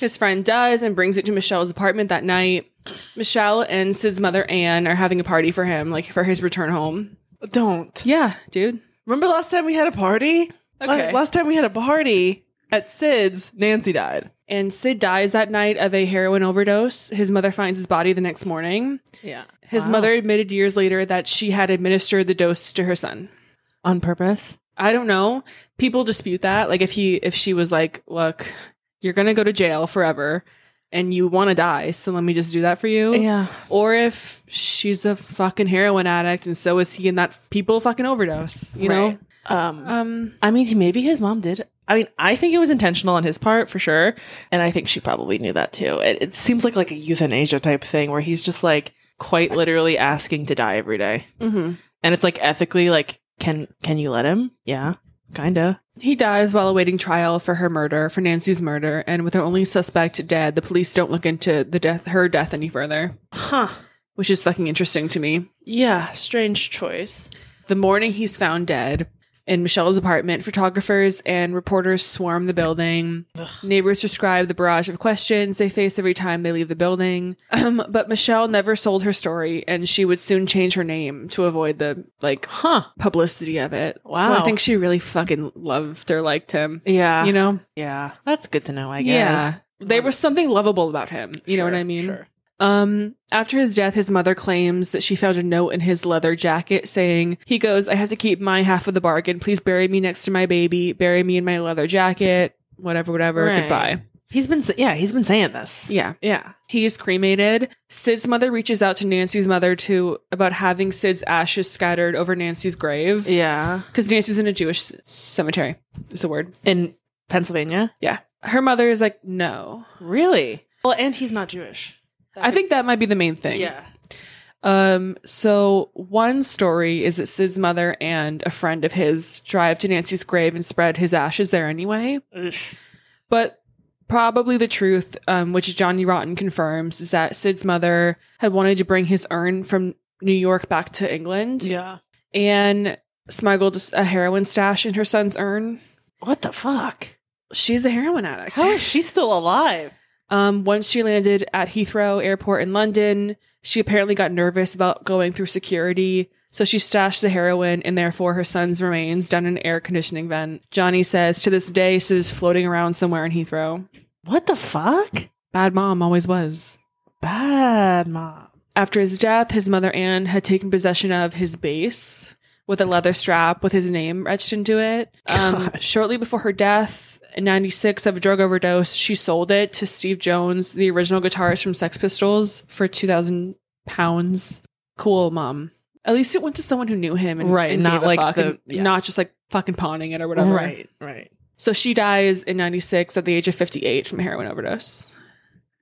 A: His friend does and brings it to Michelle's apartment that night. Michelle and Sid's mother Anne are having a party for him, like for his return home.
B: Don't.
A: Yeah, dude.
B: Remember last time we had a party? La-
A: Okay.
B: Last time we had a party at Sid's, Nancy died.
A: And Sid dies that night of a heroin overdose. His mother finds his body the next morning.
B: Yeah.
A: His mother admitted years later that she had administered the dose to her son.
B: On purpose?
A: I don't know. People dispute that. Like if he if she was like, "Look, you're going to go to jail forever and you want to die, so let me just do that for you."
B: Yeah.
A: Or if she's a fucking heroin addict and so is he and that people fucking overdose, you know?
B: Um,
A: Um
B: I mean, maybe his mom did. I mean, I think it was intentional on his part for sure, and I think she probably knew that too. It, it seems like like a euthanasia type thing where he's just like quite literally asking to die every day.
A: mhm.
B: and it's like ethically like can can you let him yeah kinda
A: He dies while awaiting trial for her murder, for Nancy's murder, and with her only suspect dead, the police don't look into the death her death any further,
B: huh
A: which is fucking interesting to me.
B: yeah strange choice
A: The morning he's found dead in Michelle's apartment, photographers and reporters swarm the building. Neighbors describe the barrage of questions they face every time they leave the building. Um, but Michelle never sold her story, and she would soon change her name to avoid the like
B: huh
A: publicity of it. So I
B: Wow.
A: think she really fucking loved or liked him.
B: yeah
A: You know?
B: yeah that's good to know i guess
A: There was something lovable about him. You know
B: Sure,
A: what I mean?
B: sure.
A: Um, after his death, his mother claims that she found a note in his leather jacket saying, He goes, I have to keep my half of the bargain. Please bury me next to my baby. Bury me in my leather jacket. Whatever, whatever.
B: Right.
A: Goodbye.
B: he's been sa- yeah he's been saying this
A: Yeah.
B: yeah
A: He's cremated. Sid's mother reaches out to Nancy's mother to about having Sid's ashes scattered over Nancy's grave.
B: yeah
A: Because Nancy's in a Jewish c- cemetery, is the word.
B: in pennsylvania
A: Yeah. Her mother is like, No.
B: really well and he's not jewish
A: I think that might be the main thing. Um, so one story is that Sid's mother and a friend of his drive to Nancy's grave and spread his ashes there anyway. But probably the truth, um, which Johnny Rotten confirms, is that Sid's mother had wanted to bring his urn from New York back to England
B: yeah
A: and smuggled a heroin stash in her son's urn.
B: what the fuck
A: She's a heroin
B: <laughs>
A: addict.
B: how is she still alive
A: Um, once she landed at Heathrow Airport in London, she apparently got nervous about going through security, so she stashed the heroin and therefore her son's remains down an air conditioning vent. Johnny says to this day, this is floating around somewhere in Heathrow.
B: What the fuck?
A: Bad mom always was.
B: Bad mom.
A: After his death, his mother Anne had taken possession of his base with a leather strap with his name etched into it. Um,
B: Gosh.
A: shortly before her death in 96 of a drug overdose, she sold it to Steve Jones, the original guitarist from Sex Pistols, for 2,000 pounds. Cool, mom. At least it went to someone who knew him and,
B: Right,
A: and
B: not
A: gave a
B: like
A: fuck
B: the-
A: and
B: yeah.
A: not just like fucking pawning it or whatever.
B: Right, right.
A: So she dies in 96 at the age of 58 from a heroin overdose.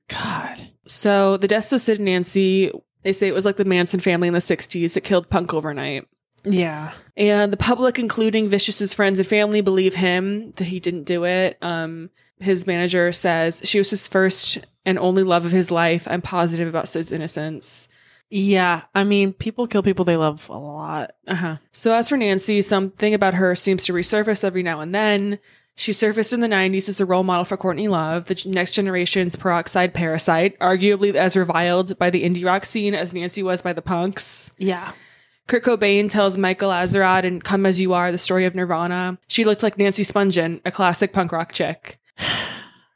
B: God.
A: So the deaths of Sid and Nancy, they say it was like the Manson family in the 60s that killed punk overnight.
B: Yeah.
A: And the public, including Vicious's friends and family, believe him that he didn't do it. Um, his manager says she was his first and only love of his life. I'm positive about Sid's innocence.
B: Yeah. I mean, people kill people they love a lot.
A: Uh huh. So as for Nancy, something about her seems to resurface every now and then. She surfaced in the 90s as a role model for Courtney Love, the next generation's peroxide parasite, arguably as reviled by the indie rock scene as Nancy was by the punks.
B: <laughs> Yeah.
A: Kurt Cobain tells Michael Azerrad in Come As You Are the story of Nirvana. She looked like Nancy Spungen, a classic punk rock chick.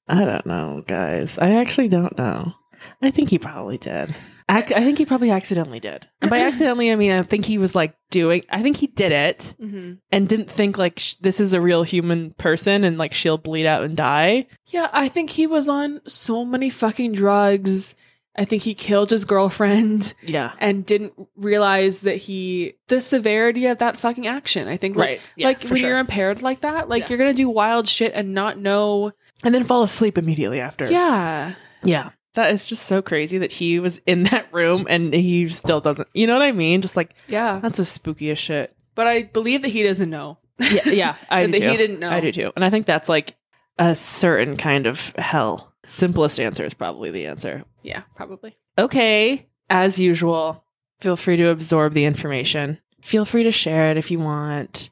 B: I don't know, guys. I actually don't know. I think he probably did. Ac- I think he probably accidentally did. And <laughs> by accidentally, I mean I think he was like doing. I think he did it
A: Mm-hmm.
B: and didn't think like sh- this is a real human person and like she'll bleed out and die.
A: Yeah, I think he was on so many fucking drugs. I think he killed his girlfriend <laughs>
B: Yeah.
A: and didn't realize that he the severity of that fucking action. I think like
B: Right. Yeah,
A: like
B: for
A: when
B: sure.
A: you're impaired like that, like
B: Yeah.
A: you're gonna do wild shit and not know.
B: And then fall asleep immediately after.
A: Yeah,
B: Yeah. That is just so crazy that he was in that room and he still doesn't. You know what I mean? Just like
A: yeah.
B: that's the spookiest shit.
A: But I believe that he doesn't know.
B: Yeah, <laughs> yeah, I
A: That
B: do.
A: he
B: too.
A: didn't know.
B: I do too, and I think that's like a certain kind of hell. Simplest answer is probably the answer.
A: Yeah, probably.
B: Okay, as usual, feel free to absorb the information. Feel free to share it if you want.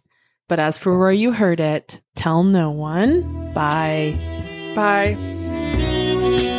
B: But as for where you heard it, tell no one. Bye.
A: Bye.
C: Thank